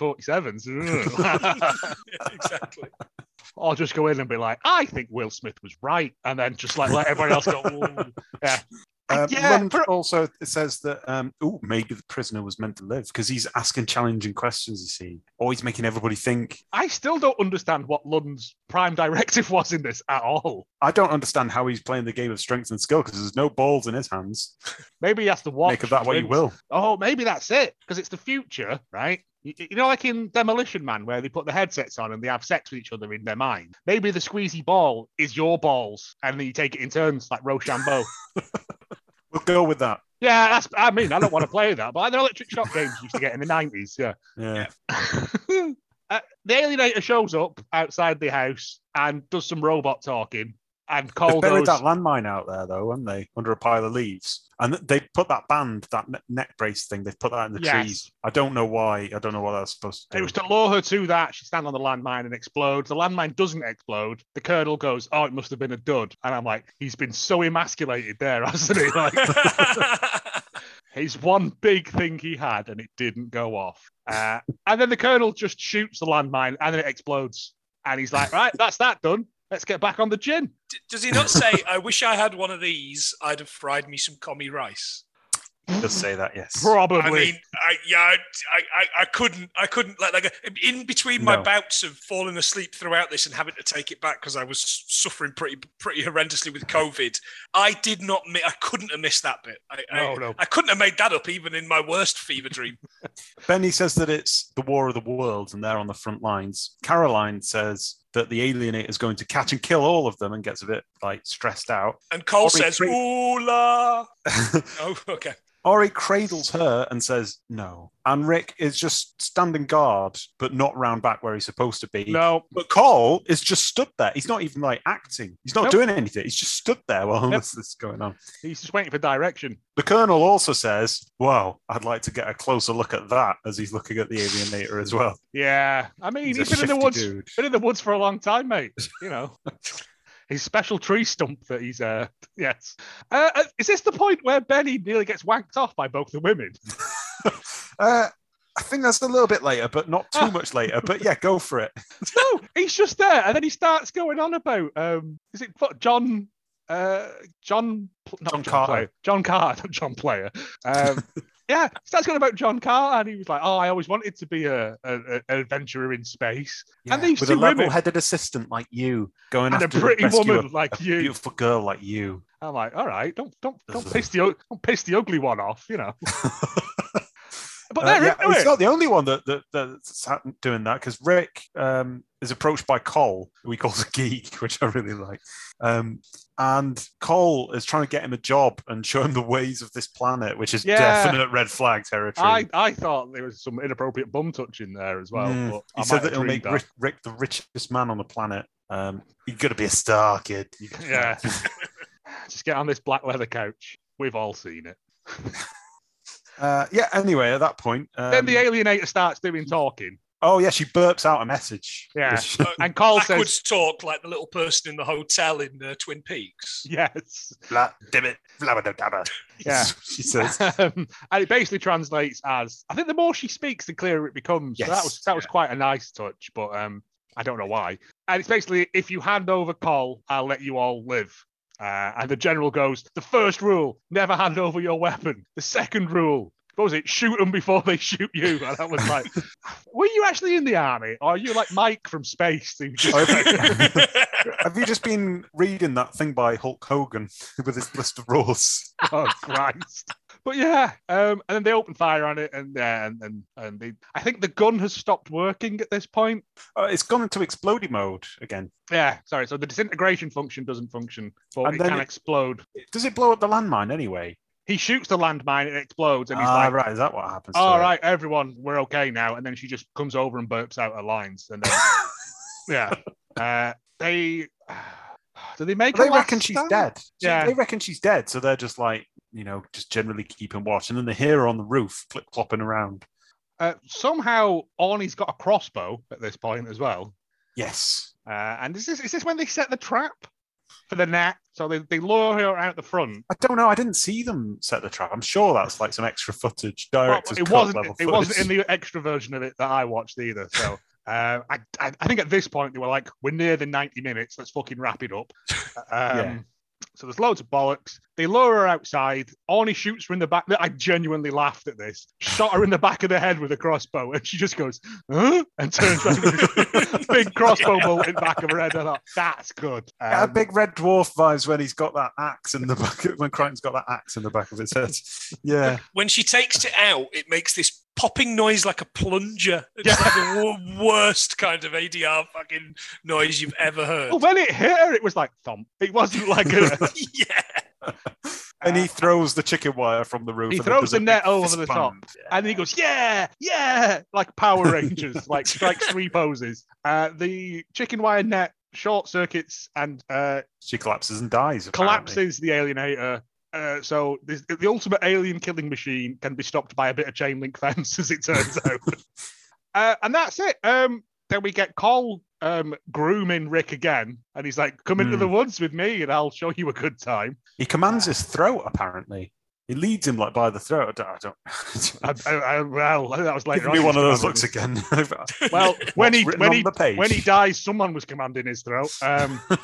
47s. away. Yeah, exactly. or just go in and be like, I think Will Smith was right. And then just like let everyone else go, "Ooh." Yeah. Um, Yeah, Lund for- also it says that um, oh maybe the prisoner was meant to live because he's asking challenging questions. You see, or he's making everybody think. I still don't understand what Lund's prime directive was in this at all. I don't understand how he's playing the game of strength and skill because there's no balls in his hands. Maybe he has to watch. Make of that what you Vince. will. Oh, maybe that's it because it's the future, right? You, you know, like in Demolition Man, where they put the headsets on and they have sex with each other in their mind. Maybe the squeezy ball is your balls, and then you take it in turns, like Rochambeau. We'll go with that. yeah, that's. I mean, I don't want to play that, but they're electric shock games you used to get in the nineties. Yeah. Yeah. Uh, the alienator shows up outside the house and does some robot talking, and They've Cole buried goes. that landmine out there, though, haven't they? Under a pile of leaves. And th- they put that band, that ne- neck brace thing, they've put that in the Yes. trees. I don't know why. I don't know what that's supposed to It do. was to lure her to that. She stand on the landmine and explodes. The landmine doesn't explode. The colonel goes, "Oh, it must have been a dud." And I'm like, "He's been so emasculated there, hasn't he? Like, he's one big thing he had, and it didn't go off." Uh, and then the colonel just shoots the landmine, and then it explodes. And he's like, "Right, that's that done. Let's get back on the gin." D- Does he not say, I wish I had one of these, I'd have fried me some commie rice? Just say that, yes. Probably. I mean, I, yeah, I, I, I couldn't, I couldn't let that go. In between my No. bouts of falling asleep throughout this and having to take it back because I was suffering pretty, pretty horrendously with COVID, I did not, mi- I couldn't have missed that bit. I, I, no, no. I couldn't have made that up even in my worst fever dream. Benny says that it's the war of the worlds and they're on the front lines. Caroline says that the alienator is going to catch and kill all of them and gets a bit like stressed out. And Cole Or he says, drink- "Ooh la." Oh, okay. Ori cradles her and says no. And Rick is just standing guard, but not round back where he's supposed to be. no. But Cole is just stood there. He's not even like acting. He's not Nope. doing anything. He's just stood there while all Yep. this is going on. He's just waiting for direction. The colonel also says, "Wow, I'd like to get a closer look at that." As he's looking at the alienator as well. Yeah. I mean, He's he's a been in the shifty woods. dude. been in the woods for a long time, mate. You know, his special tree stump that he's uh yes. Uh, uh, is this the point where Benny nearly gets wanked off by both the women? Uh, I think that's a little bit later, but not Ah. too much later. But yeah, go for it. no, he's just there, and then he starts going on about um, is it what, John? Uh, John, Pl- not John John, Carter. Player. John Carter, not John Player. Um, yeah, he starts going about John Carter, and he was like, "Oh, I always wanted to be a, a, a- an adventurer in space." And these with two a women- level-headed assistant like you, going And a after pretty rescue woman a- like a you. beautiful girl like you. I'm like, all right, don't don't don't Ugh. piss the u- don't piss the ugly one off, you know. but Uh, they're yeah, into it's it. not the only one that, that that's ha- doing that because Rick um, is approached by Cole, who he calls a geek, which I really like. Um, and Cole is trying to get him a job and show him the ways of this planet, which is Yeah. definite red flag territory. I, I thought there was some inappropriate bum touching there as well. Mm. But I he might said have that it'll dreamed make Rick, Rick the richest man on the planet. Um, you got to be a star, kid. You gotta- Yeah. Just get on this black leather couch. We've all seen it. Uh, yeah. Anyway, at that point, um, then the alienator starts doing talking, oh yeah, she burps out a message. Yeah. which- and Cole Backwards says, talk like the little person in the hotel in uh, Twin Peaks. "Yes, Blah, damn it, blah, blah, blah, blah. Yeah. she says. um, and it basically translates as I think the more she speaks, the clearer it becomes. So that Yes, was that was quite a nice touch, but um, I don't know why. And it's basically if you hand over Cole, I'll let you all live. Uh, and the general goes, the first rule, never hand over your weapon. The second rule, what was it? Shoot them before they shoot you. And I was like, were you actually in the army? Or are you like Mike from space? Who just, Have you just been reading that thing by Hulk Hogan with his list of rules? oh Christ. But yeah, um, and then they open fire on it, and uh, and and, and they, I think the gun has stopped working at this point. Uh, it's gone into explodey mode again. Yeah, sorry. So the disintegration function doesn't function, but And it then can it- explode. Does it blow up the landmine anyway? He shoots the landmine and it explodes, and he's ah, like, right, is that what happens? to "All it? right, everyone, we're okay now." And then she just comes over and burps out her lines, and then yeah, uh, they do they make? a They last reckon she's stand? dead. She- Yeah. They reckon she's dead, so they're just like, you know, just generally keeping watch. And then they hear her on the roof, flip flopping around. Uh, somehow, Arnie's got a crossbow at this point as well. Yes. Uh, and is this is this when they set the trap for the net? So they, they lure her out the front. I don't know. I didn't see them set the trap. I'm sure that's like some extra footage, Well, director's it cut wasn't. level It wasn't in footage. the extra version of it that I watched either. So uh, I, I, I think at this point they were like, "We're near the ninety minutes. Let's fucking wrap it up." Um, So there's loads of bollocks. They lower her outside. Arnie shoots her in the back. I genuinely laughed at this. Shot her in the back of the head with a crossbow, and she just goes, huh? and turns around with a big crossbow bolt in the back of her head. I thought, that's good. Yeah, Um, big red dwarf vibes when he's got that axe in the back. Of, when Crichton's got that axe in the back of his head. Yeah, When she takes it out, it makes this popping noise like a plunger. It's Yeah. like the wo- worst kind of ADR fucking noise you've ever heard. Oh, well, when it hit her, it was like thump. It wasn't like a, yeah. and he throws the chicken wire from the roof. He and it throws does the a net big over fist the top. bump. and he goes, "Yeah, yeah," like Power Rangers, like strikes three poses. Uh, the chicken wire net short circuits and uh, She collapses and dies. apparently. collapses the alienator. Uh, so this, the ultimate alien killing machine can be stopped by a bit of chain link fence, as it turns out. Uh, and that's it. Um, then we get Cole um, grooming Rick again, and he's like, "Come into Hmm. the woods with me, and I'll show you a good time." He commands his throat. Apparently, he leads him like by the throat. I don't. I don't I, I, I, uh, well, that was later. Give on me he's one of those commanding looks us. again. Well, when he written when on he the page? when he dies, someone was commanding his throat. Um,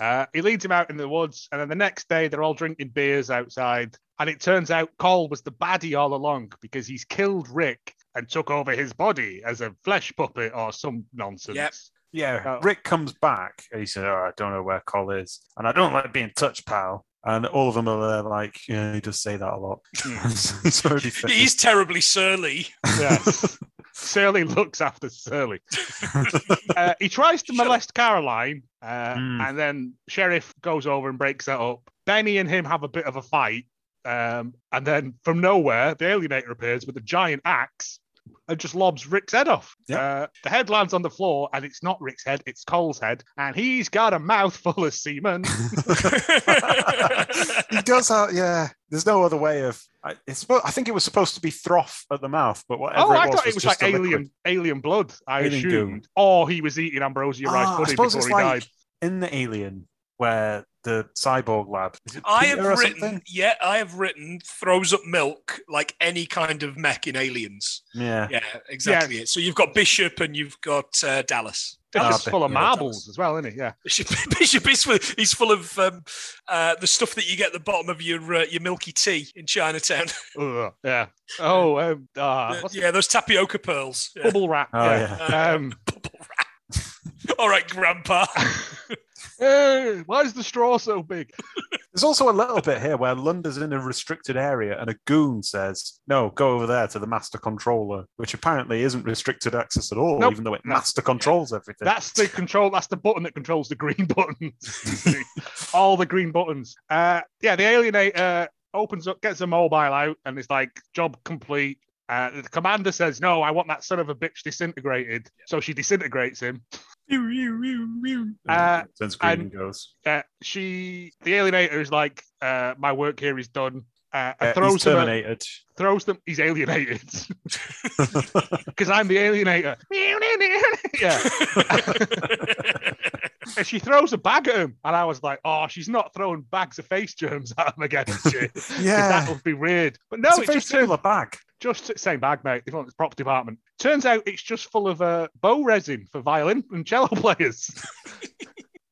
uh, he leads him out in the woods, and then the next day they're all drinking beers outside. And it turns out Cole was the baddie all along because he's killed Rick and took over his body as a flesh puppet or some nonsense. Yep. Yeah, Oh. Rick comes back and he says, oh, I don't know where Col is. And I don't like being touched, pal. And all of them are there like, yeah, he does say that a lot. Hmm. It's already He's terribly surly. Yes. Surly looks after Surly. uh, he tries to Shut up. molest Caroline, uh, Hmm. and then Sheriff goes over and breaks that up. Benny and him have a bit of a fight, um, and then from nowhere, the alienator appears with a giant axe and just lobs Rick's head off. Yeah. Uh, the head lands on the floor, and it's not Rick's head, it's Cole's head, and he's got a mouthful of semen. he does have, yeah. There's no other way of. I, it's, suppo- I think it was supposed to be froth at the mouth, but whatever. oh, it I was, thought it was just like a liquid. alien, alien blood. I Alien goo. assumed, or he was eating ambrosia rice Ah, I pudding suppose before it's he like died. in the alien where the cyborg lab. Is it I have Peter or written, something? yeah, I have written throws up milk like any kind of mech in Aliens. Yeah. Yeah, exactly. It. So you've got Bishop and you've got uh, Dallas. Ah, It's but- full of yeah, marbles as well, isn't it? Yeah. Bishop, Bishop is full, he's full of um, uh, the stuff that you get at the bottom of your uh, your milky tea in Chinatown. Ugh, yeah. Oh, um, ah, Uh, what's yeah, those tapioca pearls. Yeah. bubble wrap? Oh, yeah. Um, Bubble Um, wrap. All right, Grandpa. eh, why is the straw so big? There's also a little bit here where Lunda's in a restricted area and a goon says, No, go over there to the master controller, which apparently isn't restricted access at all, Nope. even though it No. master controls everything. That's the control. That's the button that controls the green buttons. All the green buttons. Uh, yeah, the alienator opens up, gets a mobile out, and it's like job complete. Uh, the commander says, "No, I want that son of a bitch disintegrated." So she disintegrates him. uh, turns green and- and goes. Uh, she, the alienator, is like, uh, "My work here is done." Uh, and Yeah, he's throws him. a- terminated. throws them. He's alienated because I'm the alienator. yeah, and she throws a bag at him, and I was like, "Oh, she's not throwing bags of face germs at him again, is she? 'Cause that yeah. would be weird." But no, it's a it's very just uh, similar bag. just same bag, mate. If you want, it's props department. Turns out it's just full of uh, bow resin for violin and cello players,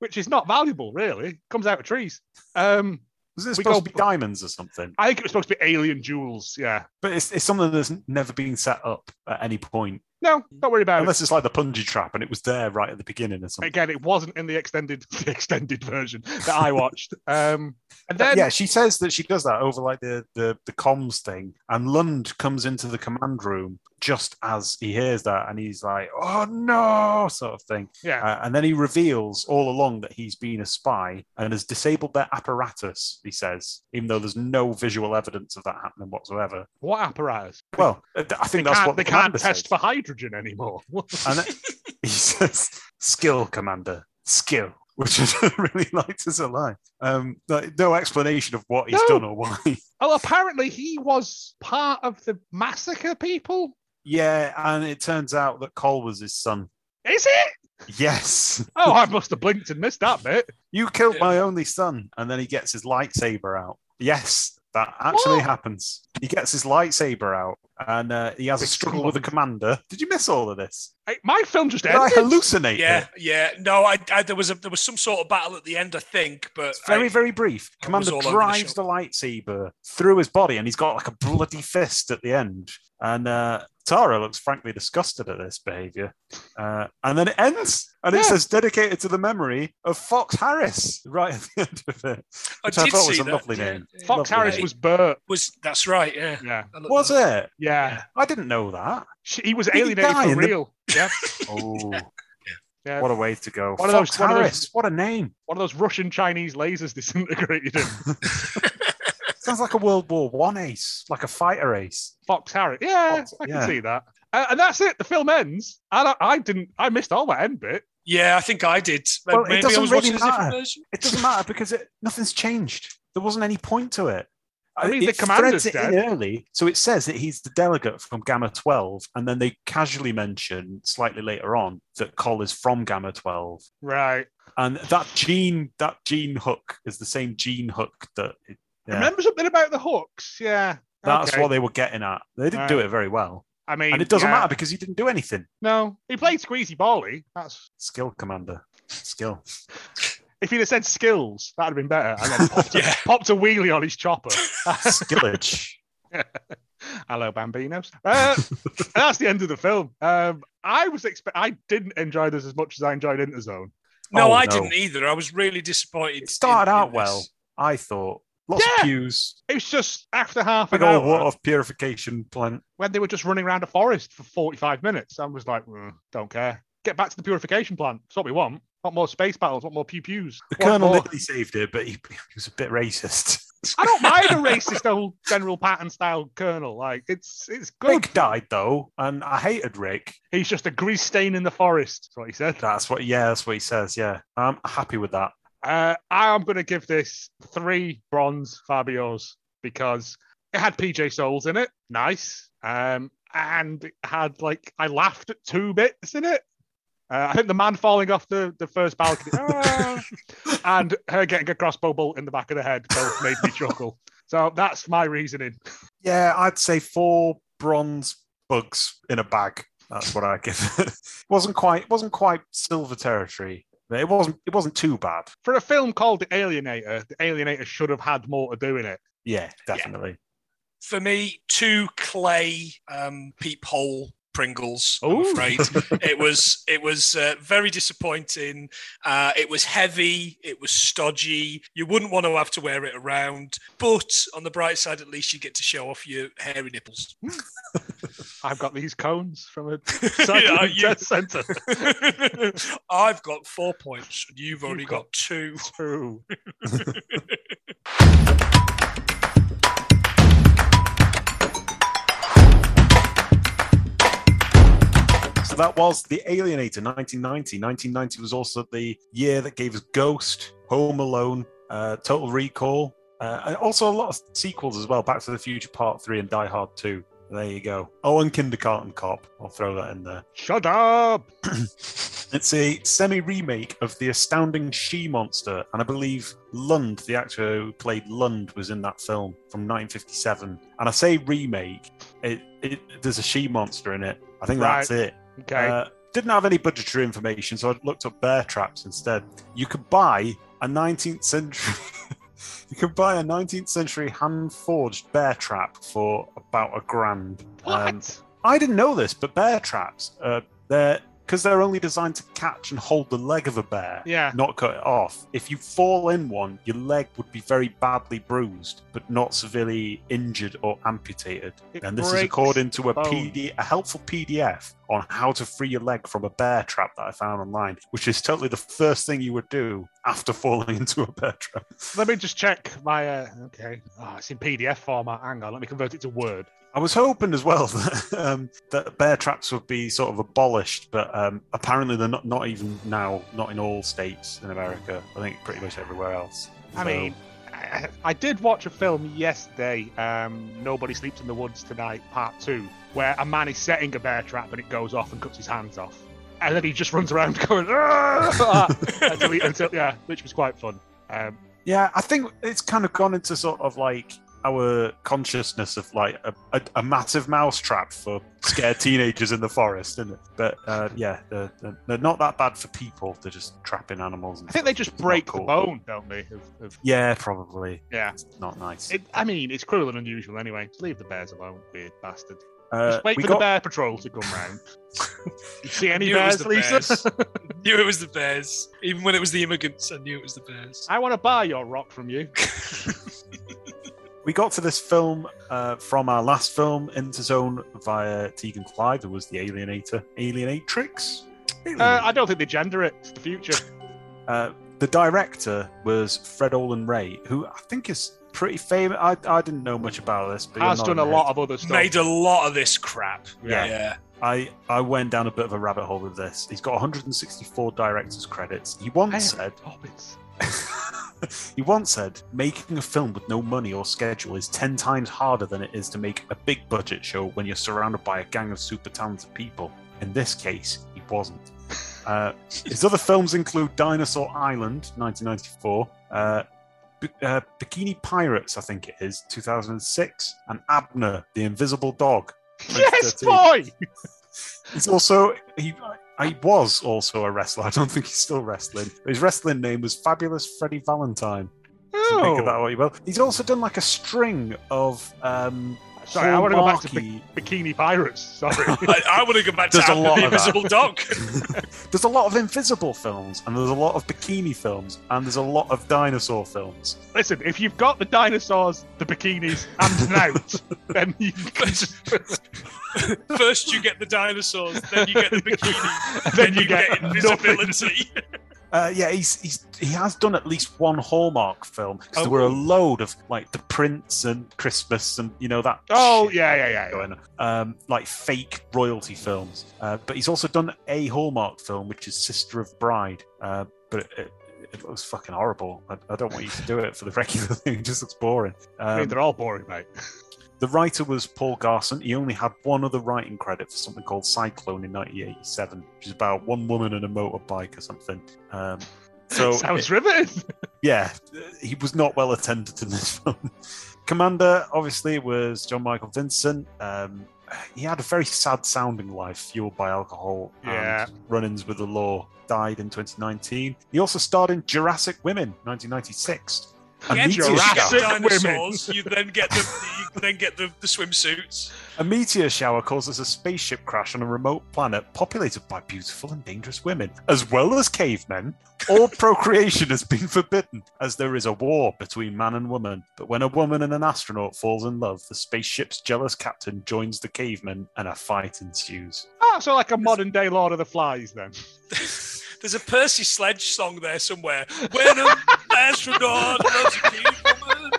which is not valuable, really. Comes out of trees. Um, Was it We supposed go- to be diamonds or something? I think it was supposed to be alien jewels. Yeah. But it's, it's something that's never been set up at any point, No, don't worry about it. unless it's like the punji trap and it was there right at the beginning or something. again, it wasn't in the extended the extended version that I watched. Um, and then yeah, she says that she does that over like the, the the comms thing, and Lund comes into the command room just as he hears that, and he's like, "Oh no!" sort of thing, yeah, uh, and then he reveals all along that he's been a spy and has disabled their apparatus. He says, even though there's no visual evidence of that happening whatsoever. what apparatus? Well, I think they that's can't, what they the can't commander test says. Um, for hydrogen anymore. And it- he says, "Skill, Commander, skill," which I really liked as a line. Um, like, no explanation of what he's No. done or why. oh, apparently he was part of the massacre people. Yeah, and it turns out that Cole was his son. Is it? Yes, Oh, I must have blinked and missed that bit. you killed my only son, and then he gets his lightsaber out. Yes, That actually happens. He gets his lightsaber out and uh, he has a Big struggle sword. with the commander. Did you miss all of this? Hey, my film just Did I ended. hallucinate? Yeah, it? yeah. No, I, I there was a there was some sort of battle at the end, I think, but It's very, I- very brief. I was Commander all over the drives shop. the, lightsaber through his body and he's got like a bloody fist at the end. And uh, Tara looks frankly disgusted at this behavior. Uh, and then it ends and it Yeah. says dedicated to the memory of Fox Harris right at the end of it. Which I, did thought was see a that, lovely yeah, name. yeah. Fox Lovely Harris name. was Bert. was that's right, yeah. Yeah. I looked Was that up. it? Yeah. I didn't know that. She, he was he alienated die for in the- real. Yeah. Oh, Yeah. what a way to go. One of Fox those- one of those- Harris, what a name. One of those Russian Chinese lasers disintegrated him. Sounds like a World War One ace, like a fighter ace. Fox Harris. Yeah, Fox- I can yeah. see that. Uh, and that's it. The film ends. And I, I didn't. I missed all that end bit. Yeah, I think I did. Well, it Maybe I doesn't was really watching a different matter. version. It doesn't matter because it, nothing's changed. There wasn't any point to it. I mean, the it commander's threads it in dead. early, so it says that he's the delegate from Gamma Twelve, and then they casually mention slightly later on that Col is from Gamma Twelve, Right. and that gene, that gene hook is the same gene hook that. It, yeah, Remember something about the hooks? Yeah. that's okay. what they were getting at. They didn't do Right. it very well, I mean, and it doesn't yeah. matter because he didn't do anything. No, he played Squeezy Bally. That's Skill, commander, skill. if he'd have said skills, that'd have been better. And then popped, Yeah. a, popped a wheelie on his chopper. Skillage. Hello, Bambinos. Uh, and that's the end of the film. Um, I was expect. I didn't enjoy this as much as I enjoyed Interzone. No, Oh, I no. didn't either. I was really disappointed. It started in- in out this. well, I thought. Lots Yeah. of pews, It was just after half big an old hour water purification plant. when they were just running around a forest for 45 minutes. I was like, "Mm, don't care. Get back to the purification plant. That's what we want. Want more space battles? Want more pew pews? The Want colonel more- literally saved it, but he, he was a bit racist. I don't mind a racist old General Patton style colonel. Like it's it's good. Rick died though, and I hated Rick. He's just a grease stain in the forest. That's what he said. That's what, yeah, that's what he says. Yeah, I'm happy with that. Uh, I am going to give this three bronze Fabios because it had PJ Souls in it. Nice. Um, and it had like, I laughed at two bits in it. Uh, I think the man falling off the, the first balcony ah, and her getting a crossbow bolt in the back of the head both made me chuckle. So that's my reasoning. Yeah, I'd say four bronze bugs in a bag. That's what I give it. wasn't quite, wasn't quite silver territory. but It wasn't, it wasn't too bad. For a film called The Alienator, The Alienator should have had more to do in it. Yeah, definitely. For me, two clay um, peephole Pringles. Ooh. I'm afraid it was it was uh, very disappointing. Uh, it was heavy. It was stodgy. You wouldn't want to have to wear it around. But on the bright side, at least you get to show off your hairy nipples. I've got these cones from a Yeah, you- test center. I've got four points, and you've only You've got, got- two. True. So that was The Alienator 1990. 1990 was also the year that gave us Ghost, Home Alone, uh, Total Recall, uh, and also a lot of sequels as well Back to the Future Part 3 and Die Hard 2. There you go. Oh, and Kindergarten Cop. I'll throw that in there. Shut up. It's a semi remake of The Astounding She Monster, and I believe Lund, the actor who played Lund, was in that film from 1957. And I say remake, it, it there's a she monster in it. I think that's it. Okay. Uh, didn't have any budgetary information, so I looked up bear traps instead. You could buy a 19th century. you could buy a 19th century hand forged bear trap for about a grand. Um, what? I didn't know this, but bear traps, uh, they're because they're only designed to catch and hold the leg of a bear. Yeah. Not cut it off. If you fall in one, your leg would be very badly bruised, but not severely injured or amputated. It and this is breaks according to a bone. PD, a helpful PDF on how to free your leg from a bear trap that I found online, which is totally the first thing you would do after falling into a bear trap. Let me just check my. Uh, okay. Oh, it's in PDF format. Hang on. Let me convert it to Word. I was hoping as well that, um, that bear traps would be sort of abolished, but um, apparently they're not, not even now, not in all states in America. I think pretty much everywhere else. I So- mean, I, I did watch a film yesterday, um, Nobody Sleeps in the Woods Tonight, Part 2, where a man is setting a bear trap and it goes off and cuts his hands off. And then he just runs around going, "Ah!" until, he, until, yeah, which was quite fun. Um, yeah, I think it's kind of gone into sort of like our consciousness of like a, a, a massive mousetrap for scared teenagers in the forest, isn't it? But uh, yeah, they're, they're- they're not that bad for people. They're just trapping animals. And I think they stuff. just It's not break cool. the bone, don't they? Of, of, Yeah, probably. yeah. It's not nice. It, I mean, it's cruel and unusual anyway. Just leave the bears alone, weird bastard. Uh, Just wait we for got the bear patrol to come round. you see any knew it was bears, the Lisa? bears. knew it was the Bears. Even when it was the immigrants, I knew it was the Bears. I want to buy your rock from you. we got to this film uh, from our last film, Interzone, via Tegan Clive, who was the Alienator, Alienatrix. Uh, I don't think they gender it. It's the future. Uh, the director was Fred Olin Ray, who I think is pretty famous. I, I didn't know much about this, but Has you're done a nodding lot of other stuff. Made a lot of this crap. Yeah. yeah. I, I went down a bit of a rabbit hole with this. He's got 164 director's credits. He once Hey. said, Hobbits. he once said, making a film with no money or schedule is 10 times harder than it is to make a big budget show when you're surrounded by a gang of super talented people. In this case, he wasn't. Uh, his other films include Dinosaur Island, 1994, uh, B- uh, Bikini Pirates, I think it is, 2006, and Abner, the Invisible Dog. Yes, 2013. boy. He's also he. I was also a wrestler. I don't think he's still wrestling. His wrestling name was Fabulous Freddie Valentine. So think of that Oh. what you will. He's also done like a string of um, Sorry, I want to go back to bi- hallmarky- bikini pirates. Sorry. I, I want to go back to There's a Ant and lot the of that. Invisible Dog. there's a lot of invisible films, and there's a lot of bikini films, and there's a lot of dinosaur films. Listen, if you've got the dinosaurs, the bikinis, and Nout, then you can First, you get the dinosaurs, then you get the bikini, then you get invisibility. Uh, yeah, he's, he's he has done at least one Hallmark film. 'cause there were a Oh. load of like The Prince and Christmas and you know that. Oh shit. yeah, yeah, yeah. yeah. going on. um, like fake royalty films. Uh, but he's also done a Hallmark film, which is Sister of Bride. Uh, but it, it looks fucking horrible. I, I don't want you to do it for the regular thing. It just looks boring. I mean, Um, they're all boring, mate. the writer was Paul Garson. He only had one other writing credit for something called Cyclone in 1987, which is about one woman and a motorbike or something. Um, so Sounds riveting. yeah, he was not well attended in this film. Commander, obviously, was John Michael Vincent. Um, he had a very sad sounding life, fueled by alcohol Yeah. and run ins with the law. Died in 2019. He also starred in Jurassic Women, 1996. A Get meteor, Jurassic Jurassic shower, women. dinosaurs. You then get the you then get the, the swimsuits. a meteor shower causes a spaceship crash on a remote planet populated by beautiful and dangerous women, as well as cavemen. All procreation has been forbidden, as there is a war between man and woman. But when a woman and an astronaut falls in love, the spaceship's jealous captain joins the cavemen, and a fight ensues. Oh, so like a modern day Lord of the Flies, then. There's a Percy Sledge song there somewhere. When an astronaut loves a cute woman,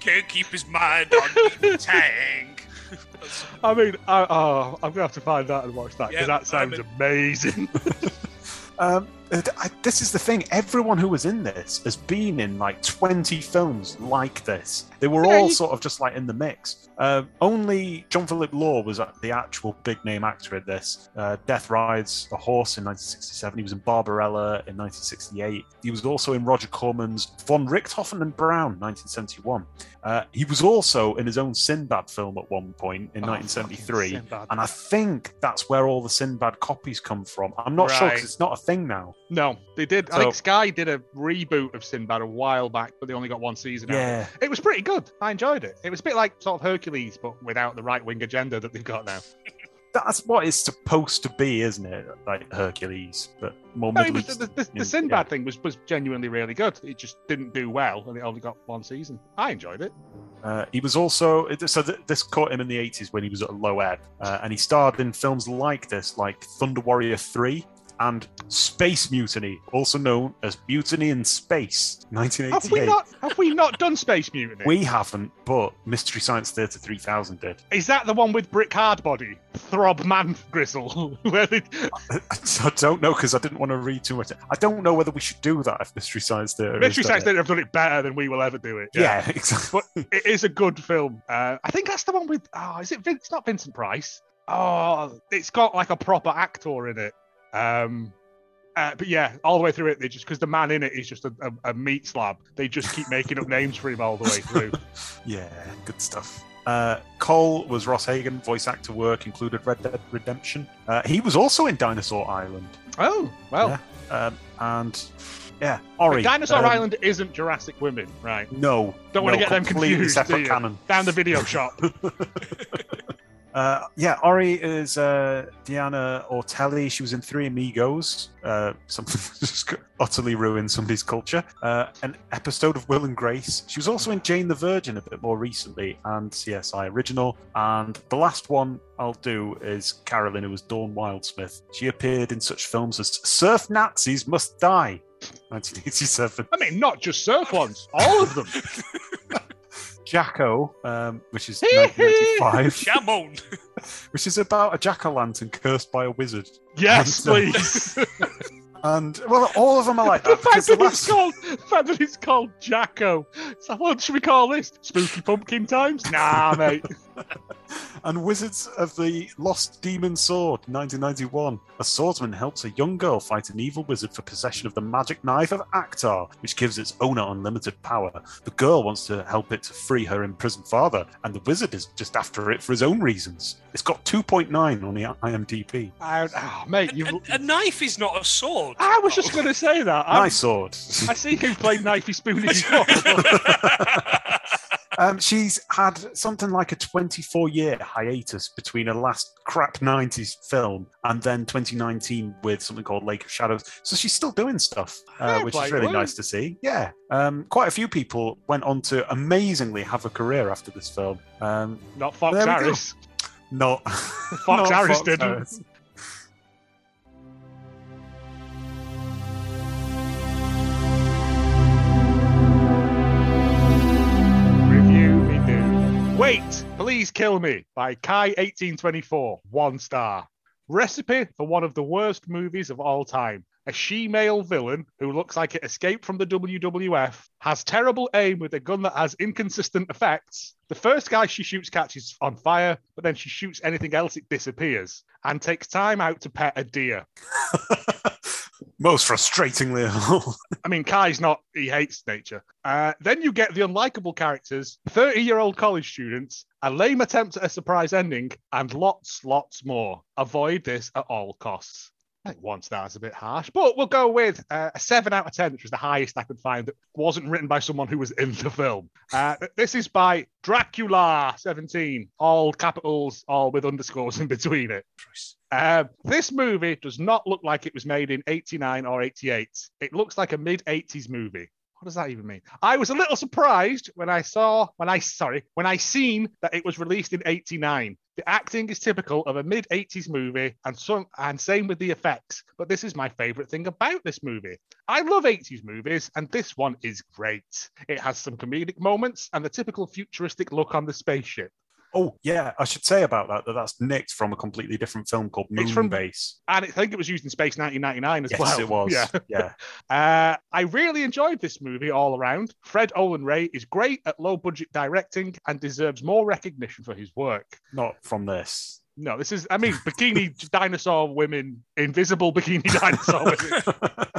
can't keep his mind on the tank. That's- I mean, I, oh, I'm gonna have to find that and watch that Yeah, because that sounds I'm amazing. Um, th- I- this is the thing. Everyone who was in this has been in like 20 films like this. They were Yeah, all you- sort of just like in the mix. Um only John Philip Law was uh, the actual big name actor in this. Uh, Death Rides a Horse in 1967. He was in Barbarella in 1968. He was also in Roger Corman's Von Richthofen and Brown 1971. Uh, he was also in his own Sinbad film at one point Oh, in 1973. And I think that's where all the Sinbad copies come from. I'm not sure 'cause sure Right. because it's not a thing now. No, they did. I So- think Sky did a reboot of Sinbad a while back, but they only got one season out. Yeah. It was pretty good. I enjoyed it. It was a bit like sort of Hercules, but without the right wing agenda that they've got now. That's what it's supposed to be, isn't it? Like Hercules, but more No, it Middle was, Eastern. the, the, yeah. the Sinbad thing was, was genuinely really good. It just didn't do well, and it only got one season. I enjoyed it. Uh, he was also so th- this caught him in the 80s when he was at a low ebb, uh, and he starred in films like this, like Thunder Warrior 3 and Space Mutiny, also known as Mutiny in Space, Have we 1988. not? Have we not done Space Mutiny? We haven't, but Mystery Science Theater 3000 did. Is that the one with Brick Hardbody, Throb Man Gristle? Where they- I don't know because I didn't want to read too much. I don't know whether we should do that if Mystery Science Theater. Mystery has done Science it. Theater have done it better than we will ever do it. Yeah, exactly. it is a good film. Uh, I think that's the one with. Oh, is it? Vin- it's not Vincent Price. Oh, it's got like a proper actor in it. Um, Uh, but yeah, all the way through it, they just because the man in it is just a, a, a meat slab. They just keep making up names for him all the way through. Yeah, good stuff. Uh, Cole was Ross Hagen, voice actor work included Red Dead Redemption. Uh, he was also in Dinosaur Island. Oh well, Yeah. Um, and yeah, but Ori. Dinosaur um, Island isn't Jurassic Women, right? No, Don't wanna no, get them completely confused, do Separate you? canon. Down the video shop. Uh, yeah, Ori is uh, Diana Ortelli. She was in Three Amigos. Uh, something that just utterly ruined somebody's culture. Uh, an episode of Will and Grace. She was also in Jane the Virgin a bit more recently and CSI Original. And the last one I'll do is Carolyn, who was Dawn Wildsmith. She appeared in such films as Surf Nazis Must Die, 1987. I mean, not just surf ones, all of them. Jacko, um, which is 1995, Come on. which is about a jack o' lantern cursed by a wizard. Yes, And, uh, please. the And well, all of them are like that. fact because the that it's last, called, the fact that it's called Jacko. So what should we call this? Spooky Pumpkin Times? Nah, mate. and Wizards of the Lost Demon Sword, 1991. A swordsman helps a young girl fight an evil wizard for possession of the magic knife of Akhtar, which gives its owner unlimited power. The girl wants to help it to free her imprisoned father, and the wizard is just after it for his own reasons. It's got 2.9 on the IMDb. I, ah, oh, mate, A, you. a- a knife is not a sword. I was just going to say that. I, nice sword. I see who played Knifey Spoony before. Um, she's had something like a 24 year hiatus between her last crap 90s film and then 2019 with something called Lake of Shadows. So she's still doing stuff, uh, Fair which play, is really well. nice to see. Yeah. Um, quite a few people went on to amazingly have a career after this film. Um, Not Fox There we go. Harris. not Fox not Harris Fox didn't. Harris. Review me do. Wait, Please Kill Me by Kai1824. One star. Recipe for one of the worst movies of all time. A she-male villain who looks like it escaped from the WWF, has terrible aim with a gun that has inconsistent effects. The first guy she shoots catches on fire, but then she shoots anything else, it disappears, and takes time out to pet a deer. Most frustratingly of all. I mean, Kai's not, he hates nature. Uh, then you get the unlikable characters, 30 year old college students, a lame attempt at a surprise ending, and lots, lots more. Avoid this at all costs. I think one star's a bit harsh, but we'll go with uh, a seven out of 10, which was the highest I could find that wasn't written by someone who was in the film. Uh, this is by Dracula17, all capitals, all with underscores in between it. Um, this movie does not look like it was made in 89 or 88. It looks like a mid 80s movie. What does that even mean? I was a little surprised when I saw, when I, sorry, when I seen that it was released in 89. The acting is typical of a mid 80s movie and some, and same with the effects. But this is my favorite thing about this movie. I love 80s movies, and this one is great. It has some comedic moments and the typical futuristic look on the spaceship. Oh, yeah. I should say about that that that's nicked from a completely different film called It's from- Moonbase. And I think it was used in Space 1999 as Yes, well. it was. Yeah. yeah. Uh, I really enjoyed this movie all around. Fred Olen Ray is great at low budget directing and deserves more recognition for his work. Not from this. No, this is, I mean, bikini dinosaur women, invisible bikini dinosaur women.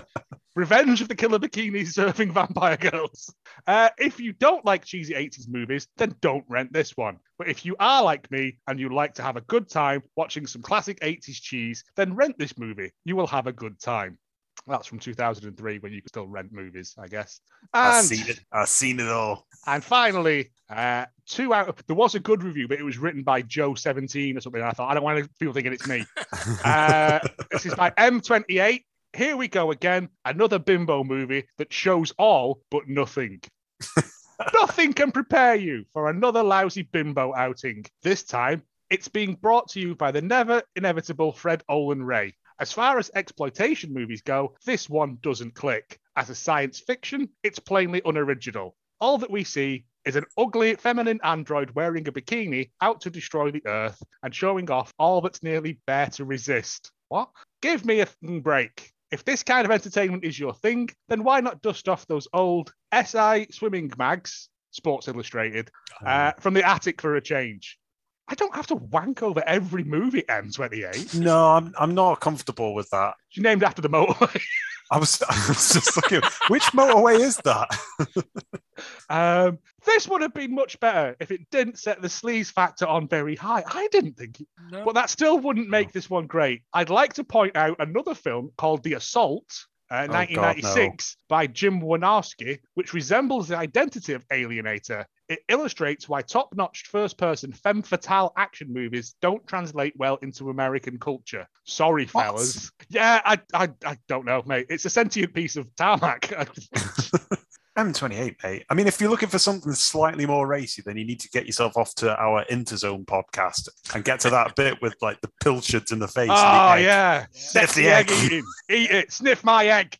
Revenge of the Killer Bikinis Serving Vampire Girls. Uh, if you don't like cheesy 80s movies, then don't rent this one. But if you are like me and you like to have a good time watching some classic 80s cheese, then rent this movie. You will have a good time. That's from 2003 when you could still rent movies, I guess. And, I've seen it all. and finally, uh, two out of, there was a good review, but it was written by Joe17 or something. And I thought, I don't want people thinking it's me. Uh, this is by M28. Here we go again. Another bimbo movie that shows all but nothing. nothing can prepare you for another lousy bimbo outing. This time, it's being brought to you by the never inevitable Fred Olen Ray. As far as exploitation movies go, this one doesn't click. As a science fiction, it's plainly unoriginal. All that we see is an ugly feminine android wearing a bikini out to destroy the Earth and showing off all that's nearly bare to resist. What? Give me a f***ing break. If this kind of entertainment is your thing, then why not dust off those old Hmm. uh, SI swimming mags, Sports Illustrated, uh, from the attic for a change? I don't have to wank over every movie M28. No, I'm, I'm not comfortable with that. She's named after the motorway. I was, I was just looking, which motorway is that? Um, this would have been much better if it didn't set the sleaze factor on very high. I didn't think it, No. but that still wouldn't make this one great. I'd like to point out another film called The Assault. Uh, Oh, God, 1996 by Jim Wanowski, which resembles the identity of Alienator. It illustrates why top notch first person femme fatale action movies don't translate well into American culture. Sorry, What? fellas. Yeah, I, I, I don't know, mate. It's a sentient piece of tarmac. M28, mate. I mean, if you're looking for something slightly more racy, then you need to get yourself off to our Interzone podcast and get to that bit with like the pilchards in the face. and the Ah, Oh egg. yeah, Sniff Sexy the egg. eating. Eat it. Sniff my egg.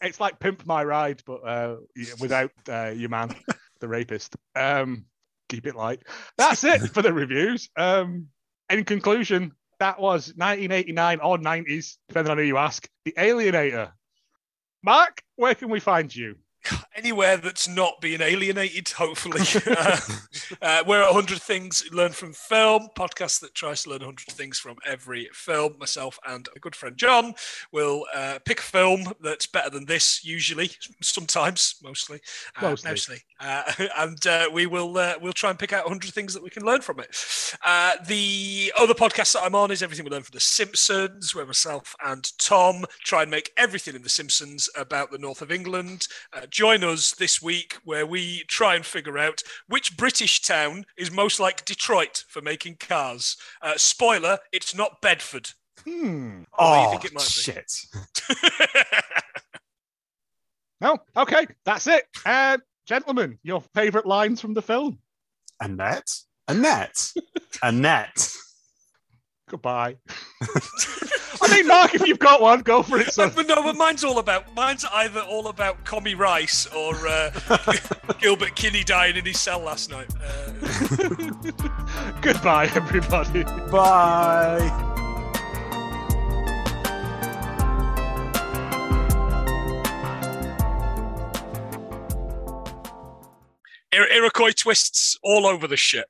it's like pimp my ride, but uh, yeah, without uh, your man, the rapist. Um, keep it light. That's it for the reviews. Um, in conclusion, that was 1989 or 90s, depending on who you ask. The Alienator. Mark, where can we find you? anywhere that's not being alienated, hopefully. uh, uh, we're at 100 Things Learn from Film, podcast that tries to learn 100 things from every film. Myself and a good friend John will uh, pick a film that's better than this, usually, sometimes, mostly. Uh, Mostly. Uh, and uh, we will uh, we'll try and pick out 100 things that we can learn from it. Uh, the other podcast that I'm on is Everything We Learn from The Simpsons, where myself and Tom try and make everything in The Simpsons about the north of England. Uh, join us this week where we try and figure out which British town is most like Detroit for making cars. Uh, spoiler, it's not Bedford. Hmm. Or you Oh, think it might be. shit. No. Okay. That's it. Uh, gentlemen, your favourite lines from the film. Annette? Annette? Annette. Goodbye. I mean, Mark, if you've got one, go for it. Son. but no, but mine's all about mine's either all about Commie Rice or uh, Gilbert Kinney dying in his cell last night. Uh, Goodbye, everybody. Bye. Ir- Iroquois twists all over the shit.